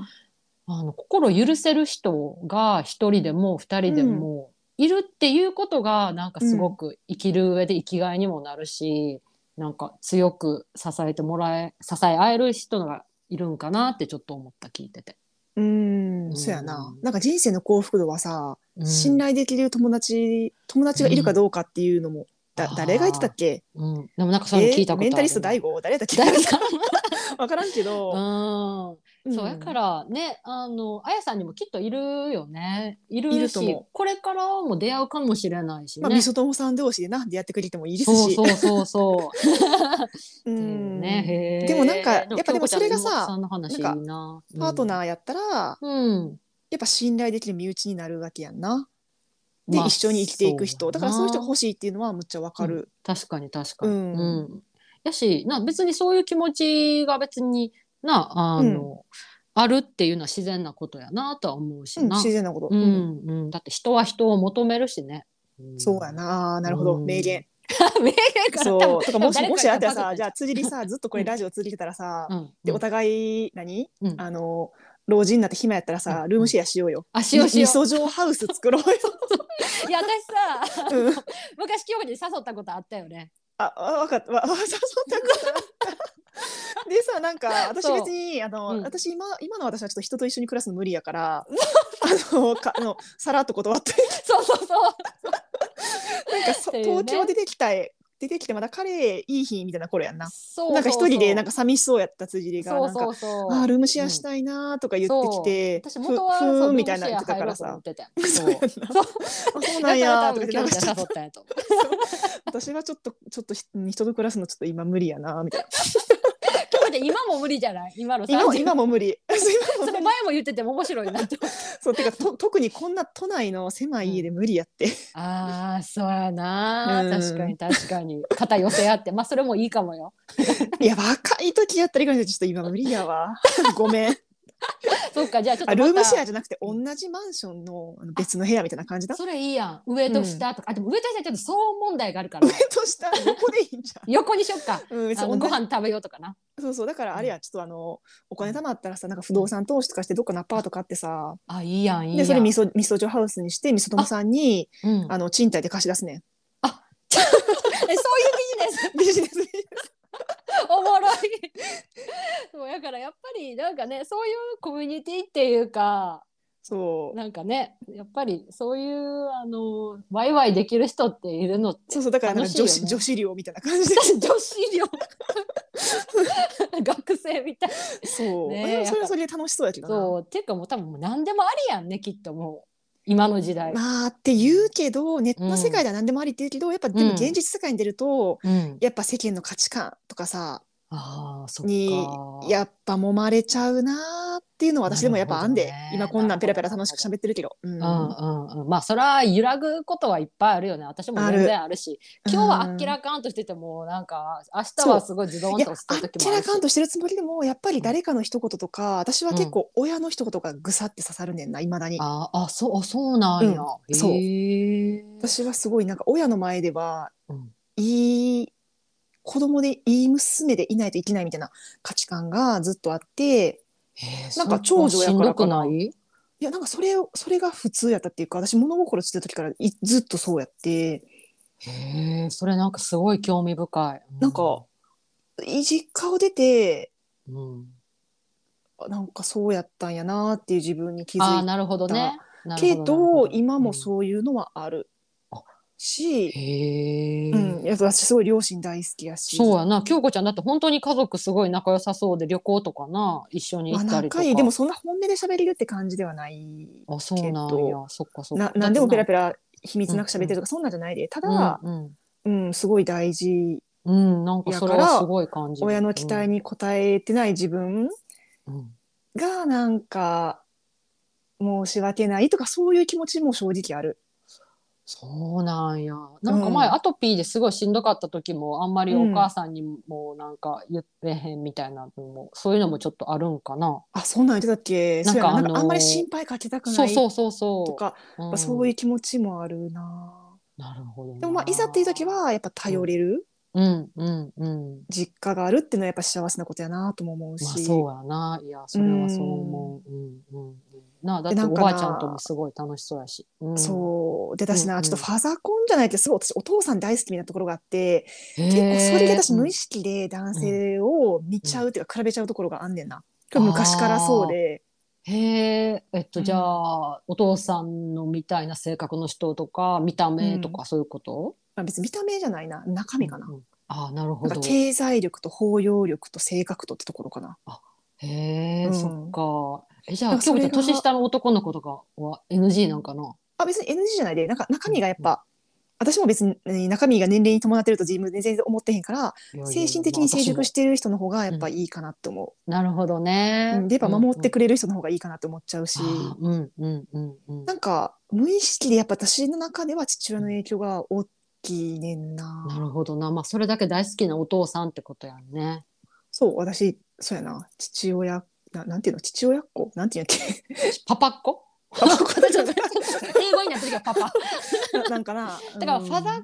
[SPEAKER 1] あの心許せる人が一人でも二人でもいるっていうことがなんかすごく生きる上で生きがいにもなるし、なんか強く支えてもらえ支え合える人がいるんかなってちょっと思った聞いてて。
[SPEAKER 2] うん、
[SPEAKER 1] うん
[SPEAKER 2] そうやな。なんか人生の幸福度はさ、
[SPEAKER 1] うん
[SPEAKER 2] 信頼できる友達、友達がいるかどうかっていうのも、だ
[SPEAKER 1] あー
[SPEAKER 2] 誰が言ってたっけ？
[SPEAKER 1] うん、でもなんか
[SPEAKER 2] え
[SPEAKER 1] そういうの聞いたことあ
[SPEAKER 2] メ
[SPEAKER 1] る。
[SPEAKER 2] [LAUGHS] ンタリスト大悟誰だっけ？
[SPEAKER 1] 大悟
[SPEAKER 2] [LAUGHS] わからんけど、
[SPEAKER 1] うんそうやからねあのあやさんにもきっといるよねいるし
[SPEAKER 2] いると思う
[SPEAKER 1] これからも出会うかもしれないしね、
[SPEAKER 2] まあ、みそともさん同士でな出会ってくれてもいいです
[SPEAKER 1] そう
[SPEAKER 2] し
[SPEAKER 1] そうそうそうう、
[SPEAKER 2] ん
[SPEAKER 1] ねへー
[SPEAKER 2] でもなんかやっぱでもそれがさ
[SPEAKER 1] 京子ちゃんの妹さんの話いいな
[SPEAKER 2] な
[SPEAKER 1] ん
[SPEAKER 2] パート
[SPEAKER 1] ー
[SPEAKER 2] ナーやったら、
[SPEAKER 1] うん、
[SPEAKER 2] やっぱ信頼できる身内になるわけやんな。
[SPEAKER 1] うん
[SPEAKER 2] で、一緒に生きていく人だからそういう人が
[SPEAKER 1] しい
[SPEAKER 2] 欲しいっていうのはむっちゃわかる。
[SPEAKER 1] 確かに確かに。う
[SPEAKER 2] うんん
[SPEAKER 1] やしな別にそういう気持ちが別になあの、あるっていうのは自然なことやなとは思うし
[SPEAKER 2] うん
[SPEAKER 1] な。
[SPEAKER 2] 自然なこと、
[SPEAKER 1] うんうんだって人は人を求めるしね。
[SPEAKER 2] そ
[SPEAKER 1] [LAUGHS]
[SPEAKER 2] うや。ななるほど、
[SPEAKER 1] うん
[SPEAKER 2] 名言
[SPEAKER 1] 名言から多
[SPEAKER 2] そ
[SPEAKER 1] 分
[SPEAKER 2] うとかもし
[SPEAKER 1] 誰
[SPEAKER 2] もしあったら
[SPEAKER 1] が
[SPEAKER 2] さ
[SPEAKER 1] バズ
[SPEAKER 2] じゃあ辻りさずっとこれ
[SPEAKER 1] うん
[SPEAKER 2] ラジオ続けてたらさ、
[SPEAKER 1] うん、
[SPEAKER 2] でお互い何、
[SPEAKER 1] うん
[SPEAKER 2] あの老人になって暇やったらさ、
[SPEAKER 1] うん
[SPEAKER 2] ルームシェアしようよ。
[SPEAKER 1] あしようしよ
[SPEAKER 2] み
[SPEAKER 1] う。
[SPEAKER 2] そ状ハウス作ろうよ。
[SPEAKER 1] [LAUGHS] いや私さ [LAUGHS]
[SPEAKER 2] うん、
[SPEAKER 1] 昔京子に誘ったことあったよね。
[SPEAKER 2] あ、あわかった。わ、 [LAUGHS] わそんなことあった。でさ、なんか、私
[SPEAKER 1] そう
[SPEAKER 2] 別に、あの、
[SPEAKER 1] うん
[SPEAKER 2] 私今、今の私はちょっと人と一緒に暮らすの無理や
[SPEAKER 1] [LAUGHS]
[SPEAKER 2] から、あの、か、あの、さらっと断って、 [LAUGHS]
[SPEAKER 1] そうそうそう。
[SPEAKER 2] なんか
[SPEAKER 1] っ
[SPEAKER 2] そ、
[SPEAKER 1] ていうね
[SPEAKER 2] 東京出てきたい、出てきてまだ彼いい日みたいな頃やんな。
[SPEAKER 1] そうそうそう
[SPEAKER 2] なんか一人で、なんか寂しそうやった辻りが、
[SPEAKER 1] そ
[SPEAKER 2] な
[SPEAKER 1] うんそ
[SPEAKER 2] か、
[SPEAKER 1] うそう。
[SPEAKER 2] あールームシェアしたいなーとか言ってきて、
[SPEAKER 1] 私
[SPEAKER 2] ふ
[SPEAKER 1] 元は
[SPEAKER 2] ふ
[SPEAKER 1] そう
[SPEAKER 2] ーん
[SPEAKER 1] ル
[SPEAKER 2] み
[SPEAKER 1] ー
[SPEAKER 2] た
[SPEAKER 1] ム
[SPEAKER 2] い
[SPEAKER 1] シェア
[SPEAKER 2] な言ってた
[SPEAKER 1] 入ろ
[SPEAKER 2] から
[SPEAKER 1] うと思
[SPEAKER 2] さ
[SPEAKER 1] っ、てたよ。
[SPEAKER 2] [LAUGHS] そうやんな
[SPEAKER 1] そう
[SPEAKER 2] あそう
[SPEAKER 1] だ
[SPEAKER 2] な
[SPEAKER 1] か
[SPEAKER 2] ん
[SPEAKER 1] ら多
[SPEAKER 2] やーとか
[SPEAKER 1] 分京
[SPEAKER 2] 言
[SPEAKER 1] 子
[SPEAKER 2] って、
[SPEAKER 1] ちゃ
[SPEAKER 2] なん
[SPEAKER 1] ん
[SPEAKER 2] か
[SPEAKER 1] 誘ったんやと思う
[SPEAKER 2] そう私はちょっと、ちょっとひ人と暮らすのちょっと今無理やなーみたいな。
[SPEAKER 1] だって今も無理じゃない今の
[SPEAKER 2] 今も、
[SPEAKER 1] 30
[SPEAKER 2] 今も無理。 [LAUGHS] 今
[SPEAKER 1] そ
[SPEAKER 2] も無
[SPEAKER 1] れ
[SPEAKER 2] 理。
[SPEAKER 1] 前も言ってても面白いな
[SPEAKER 2] [LAUGHS]
[SPEAKER 1] って思って
[SPEAKER 2] そうてかと特にこんな都内の狭い家で無理やって、
[SPEAKER 1] ああそうやな、
[SPEAKER 2] うん
[SPEAKER 1] 確かに確かに肩寄せ合ってまあそれもいいかもよ
[SPEAKER 2] [LAUGHS] いや若い時やったらいいかもしれないちょっと今無理
[SPEAKER 1] [LAUGHS]
[SPEAKER 2] やわごめん
[SPEAKER 1] そっかじゃあちょっと
[SPEAKER 2] あ
[SPEAKER 1] また
[SPEAKER 2] ルームシェアじゃなくて同じマンションのあの別の部屋みたいな感じだ
[SPEAKER 1] それいいやん上と下とか、あでも上と下ちょっと騒音問題があるから
[SPEAKER 2] 上と下横でいいんじゃん
[SPEAKER 1] 横にしよっか
[SPEAKER 2] うん、 [LAUGHS] 別
[SPEAKER 1] あ
[SPEAKER 2] に
[SPEAKER 1] の
[SPEAKER 2] 同
[SPEAKER 1] ご
[SPEAKER 2] じ
[SPEAKER 1] 飯食べようとかな
[SPEAKER 2] そうそうだからあれやちょっとあのお金貯まったらさなんか不動産投資とかしてどっかのアパート買ってさ
[SPEAKER 1] あいいやんいいやん
[SPEAKER 2] でそれみそみそじょハウスにしてみそともさんに
[SPEAKER 1] うん、
[SPEAKER 2] [LAUGHS] あの賃貸で貸し出すねん
[SPEAKER 1] えそういう [LAUGHS] ビジネス
[SPEAKER 2] ビジネスに
[SPEAKER 1] [LAUGHS] おもろいそうやからやっぱりなんかねそういうコミュニティっていうか
[SPEAKER 2] そう
[SPEAKER 1] なんかねやっぱりそういうあのワイワイできる人っているのって
[SPEAKER 2] そうそうだからなんか女
[SPEAKER 1] 楽しい
[SPEAKER 2] 子、
[SPEAKER 1] よね
[SPEAKER 2] 女子寮みたいな感
[SPEAKER 1] [LAUGHS]
[SPEAKER 2] じで
[SPEAKER 1] 女子寮学生みたい
[SPEAKER 2] そう、
[SPEAKER 1] ねえ
[SPEAKER 2] それはそれで楽しそうやけどな
[SPEAKER 1] そうっていうかもう多分もう何でもありやんねきっともう今の時代、
[SPEAKER 2] まあって言うけどネットの世界では何でもありって言うけど、やっぱでも現実世界に出ると、
[SPEAKER 1] うん、
[SPEAKER 2] やっぱ世間の価値観とかさ
[SPEAKER 1] あーそっ
[SPEAKER 2] に
[SPEAKER 1] か
[SPEAKER 2] やっぱ揉まれちゃうなっていうのは私でもやっぱあん
[SPEAKER 1] な
[SPEAKER 2] で、
[SPEAKER 1] るほどね
[SPEAKER 2] 今こんなんペラペラ楽しく喋ってるけど、うん
[SPEAKER 1] うんうんうん、まあそれは揺らぐことはいっぱいあるよね私も全然あるし今日はあっけらかんとしててもなんか明日はすごいズドン
[SPEAKER 2] いや
[SPEAKER 1] とし
[SPEAKER 2] あ
[SPEAKER 1] て
[SPEAKER 2] っ
[SPEAKER 1] る時
[SPEAKER 2] け
[SPEAKER 1] もあ
[SPEAKER 2] ら
[SPEAKER 1] るし
[SPEAKER 2] かんとしてるつもりでもやっぱり誰かの一言とか私は結構親の一言がぐさって刺さるねんないまだに。
[SPEAKER 1] ああそうあそうなんや、
[SPEAKER 2] んそう
[SPEAKER 1] へえ
[SPEAKER 2] 私はすごいなんか親の前では、
[SPEAKER 1] うん
[SPEAKER 2] いい子供でいい娘でいないといけないみたいな価値観がずっとあって
[SPEAKER 1] へー
[SPEAKER 2] なんか長女やからか
[SPEAKER 1] そ
[SPEAKER 2] な
[SPEAKER 1] っしんどくない
[SPEAKER 2] いやなんかそれをそれが普通やったっていうか私物心ついた時からいずっとそうやって
[SPEAKER 1] へえそれなんかすごい興味深い。う
[SPEAKER 2] なんか、い実家を出て
[SPEAKER 1] うん、
[SPEAKER 2] なんかそうやったんやなっていう自分に気
[SPEAKER 1] ああ
[SPEAKER 2] づい
[SPEAKER 1] なるほどね。な
[SPEAKER 2] た
[SPEAKER 1] る
[SPEAKER 2] け
[SPEAKER 1] ほ
[SPEAKER 2] ど
[SPEAKER 1] なるほ
[SPEAKER 2] 今もそういうのはある
[SPEAKER 1] うんあ
[SPEAKER 2] し、
[SPEAKER 1] へえ、
[SPEAKER 2] うんいや私すごい両親大好きやし
[SPEAKER 1] そうやな京子ちゃんだって本当に家族すごい仲良さそうで旅行とかな一緒に
[SPEAKER 2] ま
[SPEAKER 1] 行
[SPEAKER 2] あ
[SPEAKER 1] ったりとか。
[SPEAKER 2] 仲いいでもそんな本音で喋れるって感じではない
[SPEAKER 1] あそうなん
[SPEAKER 2] け
[SPEAKER 1] や
[SPEAKER 2] ど
[SPEAKER 1] そっかそっか
[SPEAKER 2] な。何でもペラ
[SPEAKER 1] ペ
[SPEAKER 2] ペラ秘密なく喋ってるとかそんなんじゃないでただ、
[SPEAKER 1] うん
[SPEAKER 2] うんすごい大事
[SPEAKER 1] うん、うん、なんかそれはすごい感じる。
[SPEAKER 2] 親の期待に応えてない自分
[SPEAKER 1] うん、うん
[SPEAKER 2] がなんか申し訳ないとかそういう気持ちも正直ある。
[SPEAKER 1] そうなんや。なんか前、
[SPEAKER 2] うん
[SPEAKER 1] アトピーですごいしんどかった時もあんまりお母さんにもなんか言ってへんみたいなのも、そういうのもちょっとあるんかな。
[SPEAKER 2] あそんなん言ってたっけ
[SPEAKER 1] なんか
[SPEAKER 2] そうやな
[SPEAKER 1] あの
[SPEAKER 2] な
[SPEAKER 1] ー
[SPEAKER 2] んかあんまり心配かけたく
[SPEAKER 1] そ
[SPEAKER 2] な
[SPEAKER 1] う
[SPEAKER 2] い
[SPEAKER 1] そ
[SPEAKER 2] と
[SPEAKER 1] うそうそう。
[SPEAKER 2] か
[SPEAKER 1] うん
[SPEAKER 2] そういう気持ちもあるな。
[SPEAKER 1] なるほどな。
[SPEAKER 2] でもまあいざっていう時はやっぱ頼れる
[SPEAKER 1] うんうんうん。
[SPEAKER 2] 実家があるっていうのはやっぱ幸せなことやなとも思う
[SPEAKER 1] まあ
[SPEAKER 2] し、
[SPEAKER 1] そうやな。いや、それはそう思う。うんうんうん。なあ、だって
[SPEAKER 2] な
[SPEAKER 1] お
[SPEAKER 2] んかな
[SPEAKER 1] ばあちゃんともすごい楽しそうやし。うん、
[SPEAKER 2] そうでだしな、
[SPEAKER 1] うんうん
[SPEAKER 2] ちょっとファザコンじゃないってすごい私お父さん大好きみたいなところがあって
[SPEAKER 1] 結
[SPEAKER 2] 結構それで私無意識で男性を見ちゃうっていうか比べちゃうところがあんねんな。これ昔からそうで
[SPEAKER 1] へえ、えっと、じゃあ、お父さんのみたいな性格の人とか、見た目とかそういうこと、
[SPEAKER 2] まあ、別に見た目じゃないな中身かな,、
[SPEAKER 1] うんああ、なるほ
[SPEAKER 2] なんか
[SPEAKER 1] ど。
[SPEAKER 2] 経済力と包容力と性格とってところかな
[SPEAKER 1] へへえ、
[SPEAKER 2] うん
[SPEAKER 1] そっか。え、じゃあ、
[SPEAKER 2] なんか
[SPEAKER 1] 京
[SPEAKER 2] そ
[SPEAKER 1] 子
[SPEAKER 2] れ
[SPEAKER 1] ちゃ
[SPEAKER 2] が
[SPEAKER 1] ん、年下の男の子とかは NG なんかな。
[SPEAKER 2] あ別に NG じゃないでなんか中身がやっぱ、私も別に中身が年齢に伴ってると自分で全然思ってへんから精神的に成熟しててる人の方がやっぱいいかなと思
[SPEAKER 1] なるほど
[SPEAKER 2] う、
[SPEAKER 1] ね
[SPEAKER 2] うん。でやっぱ守ってくれる人の方がいいかなと思っちゃうし、
[SPEAKER 1] うんうんうんうん。
[SPEAKER 2] なんか無意識でやっぱ私の中では父親の影響が大きいねんな、
[SPEAKER 1] なるほどな。まあ、それだけ大好きなお父さんってことやんね。
[SPEAKER 2] そう私そうやな父親ななんていうの父親っ子なんていうんやっけ [LAUGHS]
[SPEAKER 1] パパっ子
[SPEAKER 2] パパっ
[SPEAKER 1] ちょっとちょっと英語になってるけど、パパ。
[SPEAKER 2] ななんかな
[SPEAKER 1] [LAUGHS] だから
[SPEAKER 2] う
[SPEAKER 1] フ
[SPEAKER 2] ん
[SPEAKER 1] ァザ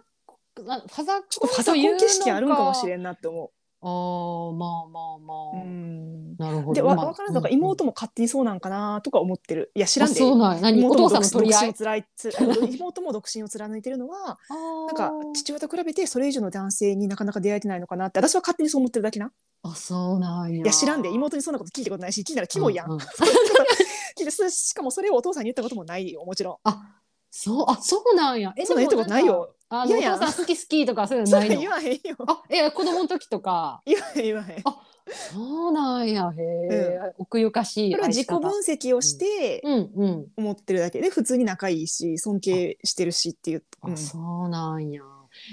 [SPEAKER 1] ー、なファザー
[SPEAKER 2] ちょっとファザコン景色あるんかもしれんなって思
[SPEAKER 1] ああ、まあまあま
[SPEAKER 2] う、
[SPEAKER 1] あ。
[SPEAKER 2] うん、
[SPEAKER 1] なるほど。
[SPEAKER 2] でわ
[SPEAKER 1] まあ
[SPEAKER 2] 分からんのか、
[SPEAKER 1] う
[SPEAKER 2] 妹も勝手にそうなんかなとか思ってるいや知
[SPEAKER 1] あ
[SPEAKER 2] らんで
[SPEAKER 1] そうなんや何お
[SPEAKER 2] 妹も
[SPEAKER 1] 父さん
[SPEAKER 2] 独
[SPEAKER 1] の取り合い
[SPEAKER 2] 独身を。つらい [LAUGHS] つ妹も独身を貫いてるのはなんか父親と比べてそれ以上の男性になかなか出会えてないのかなって私は勝手にそう思ってるだけな
[SPEAKER 1] あーあ、そうなんや。
[SPEAKER 2] いや知らんで妹にそんなこと聞いたことない [LAUGHS] し聞いたらキモいやん、
[SPEAKER 1] うう
[SPEAKER 2] 聞いてそしかもそれをお父さんに言ったこともないよもちろ
[SPEAKER 1] あ、そう、あ、そうなんや。え、
[SPEAKER 2] そんなん言ったことないよ。
[SPEAKER 1] でもんかあ
[SPEAKER 2] い
[SPEAKER 1] の、
[SPEAKER 2] やいや
[SPEAKER 1] お父さん好き好きとか、そういうんの
[SPEAKER 2] そ
[SPEAKER 1] な
[SPEAKER 2] れ
[SPEAKER 1] い
[SPEAKER 2] 言
[SPEAKER 1] の。
[SPEAKER 2] わへんよ [LAUGHS]
[SPEAKER 1] あ、いや、子供の時とか。
[SPEAKER 2] 言わへん言わへん
[SPEAKER 1] あそうなんや。へえ、奥ゆかしい
[SPEAKER 2] それは
[SPEAKER 1] 愛
[SPEAKER 2] 自
[SPEAKER 1] し
[SPEAKER 2] 己
[SPEAKER 1] 方。
[SPEAKER 2] 分析をして
[SPEAKER 1] うん、うん。
[SPEAKER 2] 思ってるだけで普通に仲いいし尊敬してるしっていう、うん
[SPEAKER 1] あ、そうなんや。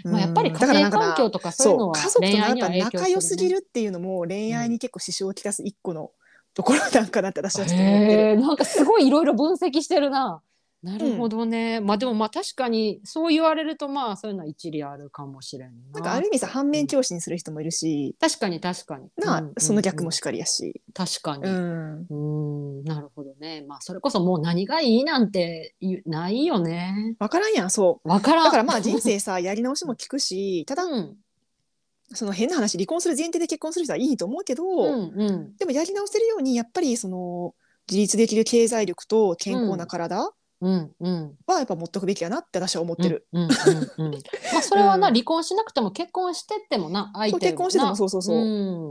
[SPEAKER 1] まあ、やっぱり
[SPEAKER 2] うん
[SPEAKER 1] 家
[SPEAKER 2] だから
[SPEAKER 1] 庭
[SPEAKER 2] なんかな
[SPEAKER 1] 環境とか、そういう
[SPEAKER 2] そ
[SPEAKER 1] の
[SPEAKER 2] う
[SPEAKER 1] は
[SPEAKER 2] 家族と
[SPEAKER 1] 恋
[SPEAKER 2] な
[SPEAKER 1] 愛
[SPEAKER 2] ん
[SPEAKER 1] に
[SPEAKER 2] か
[SPEAKER 1] は影響
[SPEAKER 2] 仲良すぎ
[SPEAKER 1] るね。
[SPEAKER 2] るっていうのも恋愛に結構支障をきたす一個のところなんかなって私はちょっと思ってる。
[SPEAKER 1] へえ、なんかすごいいろいろ分析してる
[SPEAKER 2] [LAUGHS]
[SPEAKER 1] な。なるほどね。まあ、でも、まあ、確かに、そう言われると、まあ、そういうのは一理あるかもしれんな。
[SPEAKER 2] なんかある意味さ反面教師にする人もいるし、
[SPEAKER 1] 確かに、確かに。
[SPEAKER 2] なあ
[SPEAKER 1] うんうんうん
[SPEAKER 2] その逆もしかりやし、
[SPEAKER 1] 確か
[SPEAKER 2] う
[SPEAKER 1] に。
[SPEAKER 2] ん、
[SPEAKER 1] うーん、なるほどね。まあ、それこそもう何がいいなんて言うないよね。
[SPEAKER 2] 分からんやんそう
[SPEAKER 1] わからん。
[SPEAKER 2] だからまあ人生さやり直しも聞くしただ
[SPEAKER 1] うん、
[SPEAKER 2] その変な話離婚する前提で結婚する人はいいと思うけど、
[SPEAKER 1] うん、うん。
[SPEAKER 2] でもやり直せるようにやっぱりその自立できる経済力と健康な体は
[SPEAKER 1] うん、
[SPEAKER 2] [LAUGHS]
[SPEAKER 1] うん。
[SPEAKER 2] やっぱ持っとくべきやなって私は思ってる。
[SPEAKER 1] うん、うん、うん。うんまあ、それはな、
[SPEAKER 2] うん
[SPEAKER 1] 離婚しなくても結婚してってもな、相手
[SPEAKER 2] そう
[SPEAKER 1] が
[SPEAKER 2] 結婚してても
[SPEAKER 1] な
[SPEAKER 2] そうそうそう。
[SPEAKER 1] う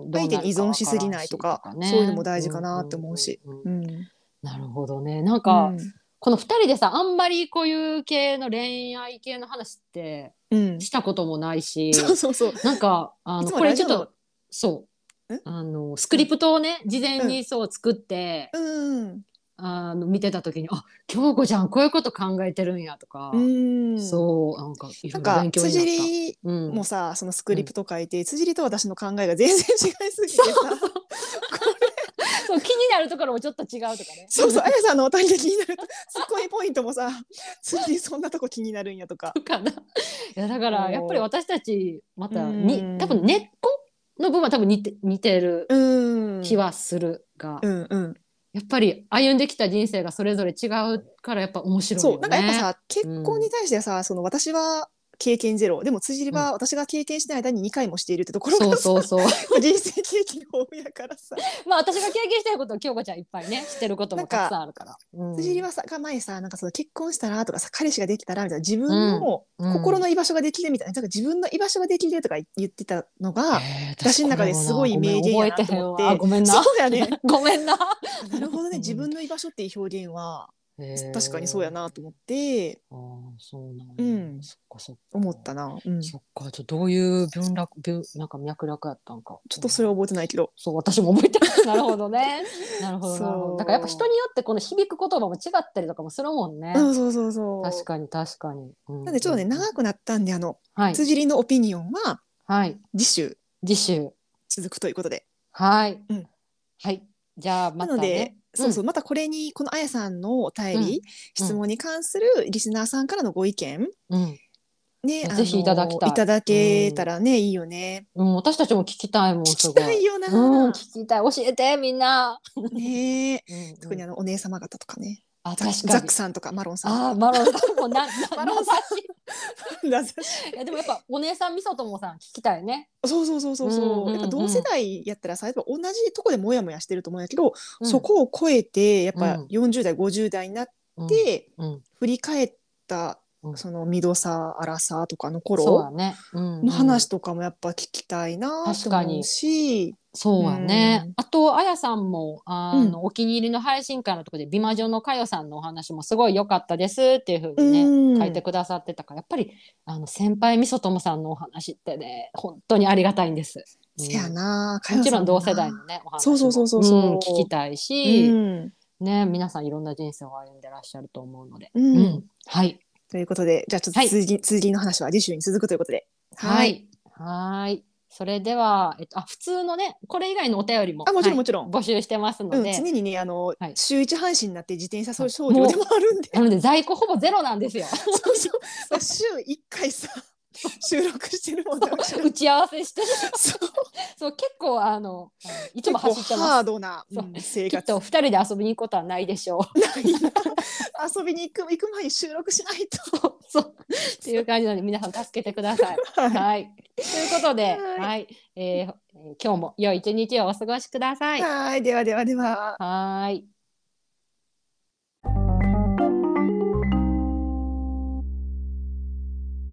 [SPEAKER 1] んどうなる
[SPEAKER 2] 相
[SPEAKER 1] か
[SPEAKER 2] 手に依存しすぎないとか
[SPEAKER 1] わらんし
[SPEAKER 2] そういうのも大事かなって思うし。
[SPEAKER 1] んんん
[SPEAKER 2] うんん
[SPEAKER 1] なるほどね。なんか、
[SPEAKER 2] うん
[SPEAKER 1] この二人でさ、あんまりこういう系の恋愛系の話って
[SPEAKER 2] うん、
[SPEAKER 1] したこともないし、
[SPEAKER 2] そうそうそう。
[SPEAKER 1] なんか、あ
[SPEAKER 2] い
[SPEAKER 1] の、
[SPEAKER 2] つも
[SPEAKER 1] これ
[SPEAKER 2] ラ
[SPEAKER 1] ちょ
[SPEAKER 2] ジオ
[SPEAKER 1] っ
[SPEAKER 2] の
[SPEAKER 1] と、そう
[SPEAKER 2] え。
[SPEAKER 1] あの、スクリプトをね、事前にそう作って、
[SPEAKER 2] うん。
[SPEAKER 1] あの、見てた時に、あ、京子ちゃん、こういうこと考えてるんやとか
[SPEAKER 2] う、ん。
[SPEAKER 1] そう、なんか、いろい
[SPEAKER 2] な
[SPEAKER 1] ろ
[SPEAKER 2] んか
[SPEAKER 1] 勉強になっ
[SPEAKER 2] 辻り
[SPEAKER 1] た。うん
[SPEAKER 2] もさ、そのスクリプト書いて、辻りと私の考えが全然違いすぎてさ、
[SPEAKER 1] そう、気になるところもちょっと違うとかね。
[SPEAKER 2] そうそう、あやさんのお便りで気になると、ツッコミポイントもさ、辻りそんなとこ気になるんやとか。
[SPEAKER 1] かな。い [LAUGHS] やだからやっぱり私たちまた
[SPEAKER 2] うん
[SPEAKER 1] に多分根っこの部分は多分似て似てる
[SPEAKER 2] うん。
[SPEAKER 1] 気はするが、
[SPEAKER 2] うんうん。
[SPEAKER 1] やっぱり歩んできた人生がそれぞれ違うからやっぱ面白いよね。
[SPEAKER 2] そう、なんかやっぱさ、結婚に対してさ、その私は。経験ゼロでも辻りは私が経験しない間に2回もしているってところ
[SPEAKER 1] そ
[SPEAKER 2] が
[SPEAKER 1] うそうそう。
[SPEAKER 2] さ [LAUGHS] 人生経験豊富やからさ
[SPEAKER 1] [LAUGHS] まあ私が経験してることを京子ちゃんいっぱいね知ってることもたくさんあるから。うん
[SPEAKER 2] 辻りはさが前さなんかその結婚したらとかさ彼氏ができたらみたいな自分の心の居場所ができるみたいな,、なんか自分の居場所ができるとか言ってたのが、
[SPEAKER 1] えー
[SPEAKER 2] 私の中ですごい名言やなと思って
[SPEAKER 1] ごめん覚
[SPEAKER 2] そうや
[SPEAKER 1] えてへん
[SPEAKER 2] ね
[SPEAKER 1] わあ [LAUGHS] ごめんな。ご
[SPEAKER 2] なるほど
[SPEAKER 1] うん
[SPEAKER 2] ね自分の居場所っていう表現は
[SPEAKER 1] めんな。
[SPEAKER 2] [LAUGHS] 確かにそうやなと思って
[SPEAKER 1] あーそうなんや、
[SPEAKER 2] うん
[SPEAKER 1] そっかそっか
[SPEAKER 2] 思ったな、うんちょ
[SPEAKER 1] そっかじゃあどういう文楽文なんか脈絡やったんか
[SPEAKER 2] っとそれ
[SPEAKER 1] を
[SPEAKER 2] は覚えてないけど、
[SPEAKER 1] そう私も覚えてるなるほどねなるほどなるほ
[SPEAKER 2] そ
[SPEAKER 1] ど
[SPEAKER 2] う
[SPEAKER 1] だからやっぱ人によってこの響く言葉も違ったりとかもするもんね、
[SPEAKER 2] うん、そうそうそう
[SPEAKER 1] 確かに確かに、う
[SPEAKER 2] なんでちょっとね長くなったんであの
[SPEAKER 1] はい
[SPEAKER 2] 辻りのオピニオンは
[SPEAKER 1] はい
[SPEAKER 2] 次週
[SPEAKER 1] 次週
[SPEAKER 2] 続くということで、
[SPEAKER 1] はい、
[SPEAKER 2] うん
[SPEAKER 1] はいじゃあま
[SPEAKER 2] な
[SPEAKER 1] た
[SPEAKER 2] ので
[SPEAKER 1] ね
[SPEAKER 2] そうそう、またこれにこのあやさんのお便り、質問に関するリスナーさんからのご意見
[SPEAKER 1] うん、
[SPEAKER 2] ね、
[SPEAKER 1] ぜひいただきたい
[SPEAKER 2] あのいただけたらね、いいよね。
[SPEAKER 1] うん、私たちも聞きたいもん
[SPEAKER 2] 聞
[SPEAKER 1] す
[SPEAKER 2] き
[SPEAKER 1] ご
[SPEAKER 2] た
[SPEAKER 1] い
[SPEAKER 2] いよな。
[SPEAKER 1] うん、聞きたい教えてみんな、
[SPEAKER 2] ねえ、
[SPEAKER 1] うんうん
[SPEAKER 2] 特にあのお姉様方とかね、
[SPEAKER 1] あ確
[SPEAKER 2] ザ
[SPEAKER 1] かに
[SPEAKER 2] ザックさんとかマロンさん。
[SPEAKER 1] あーマロンさんもなな
[SPEAKER 2] マロンさん名指し
[SPEAKER 1] いやでもやっぱお姉さんみそともさん聞きたいね。
[SPEAKER 2] [LAUGHS] そうそうそうそう
[SPEAKER 1] う
[SPEAKER 2] そう。
[SPEAKER 1] んうんうん
[SPEAKER 2] やっぱ同世代やったらさ、やっぱ同じとこでモヤモヤしてると思うんやけど、
[SPEAKER 1] うん
[SPEAKER 2] そこを超えてやっ
[SPEAKER 1] う
[SPEAKER 2] ぱ
[SPEAKER 1] ん
[SPEAKER 2] 40代50代になって、
[SPEAKER 1] うんうん
[SPEAKER 2] 振り返った
[SPEAKER 1] うん
[SPEAKER 2] そのミドさ荒さとかの
[SPEAKER 1] そうだ
[SPEAKER 2] 頃
[SPEAKER 1] ね。うんうん
[SPEAKER 2] の話とかもやっぱ聞きたいなと思うし、
[SPEAKER 1] そうや
[SPEAKER 2] う
[SPEAKER 1] ね
[SPEAKER 2] ん。
[SPEAKER 1] あとあやさんもあの、お気に入りの配信会のところで美魔女のかよさんのお話もすごい良かったですっていうふうにね。
[SPEAKER 2] うん
[SPEAKER 1] 書いてくださってたからやっぱりあの先輩みそともさんのお話ってね本当にありがたいんです。
[SPEAKER 2] せやな
[SPEAKER 1] もちろん同世代のねお話も
[SPEAKER 2] そうそうそうそうそうん
[SPEAKER 1] 聞きたいし、
[SPEAKER 2] うん、
[SPEAKER 1] ね皆さんいろんな人生を歩んでらっしゃると思うので、
[SPEAKER 2] う
[SPEAKER 1] うんん、はい
[SPEAKER 2] ということでじゃあちょっと続き、続きの話は次週に続くということで
[SPEAKER 1] は、いはーいそれでは、えっと、あ普通のねこれ以外のお便りも
[SPEAKER 2] あもちろん
[SPEAKER 1] は
[SPEAKER 2] も
[SPEAKER 1] い
[SPEAKER 2] ちろん、
[SPEAKER 1] 募集してますの
[SPEAKER 2] うん、
[SPEAKER 1] で、
[SPEAKER 2] 常にねあの、
[SPEAKER 1] はい
[SPEAKER 2] 週一配信になって自転車
[SPEAKER 1] は
[SPEAKER 2] 操
[SPEAKER 1] い
[SPEAKER 2] 操業でもある
[SPEAKER 1] [LAUGHS]
[SPEAKER 2] んで
[SPEAKER 1] なので在庫ほぼゼロなんです
[SPEAKER 2] [LAUGHS]
[SPEAKER 1] よ
[SPEAKER 2] そうそうだから週一
[SPEAKER 1] [LAUGHS]
[SPEAKER 2] 回さ収録してるもんだから
[SPEAKER 1] 打ち合わせして
[SPEAKER 2] そう
[SPEAKER 1] そう結構あのいつも走って
[SPEAKER 2] 結構ハ
[SPEAKER 1] ま
[SPEAKER 2] ードな、
[SPEAKER 1] そう
[SPEAKER 2] うん生
[SPEAKER 1] すきっ
[SPEAKER 2] 活
[SPEAKER 1] と二人で遊びに行くことはないでしょう [LAUGHS]
[SPEAKER 2] ないな遊びに行く行く前に収録しない
[SPEAKER 1] そ
[SPEAKER 2] と。
[SPEAKER 1] うそうっていう感じなので皆さん助けてください。
[SPEAKER 2] [LAUGHS] は
[SPEAKER 1] はい、ということで、
[SPEAKER 2] はい
[SPEAKER 1] はいえー今日も良い一日をお過ごしくださ
[SPEAKER 2] い、
[SPEAKER 1] い。は
[SPEAKER 2] はいではではでは。
[SPEAKER 1] ーい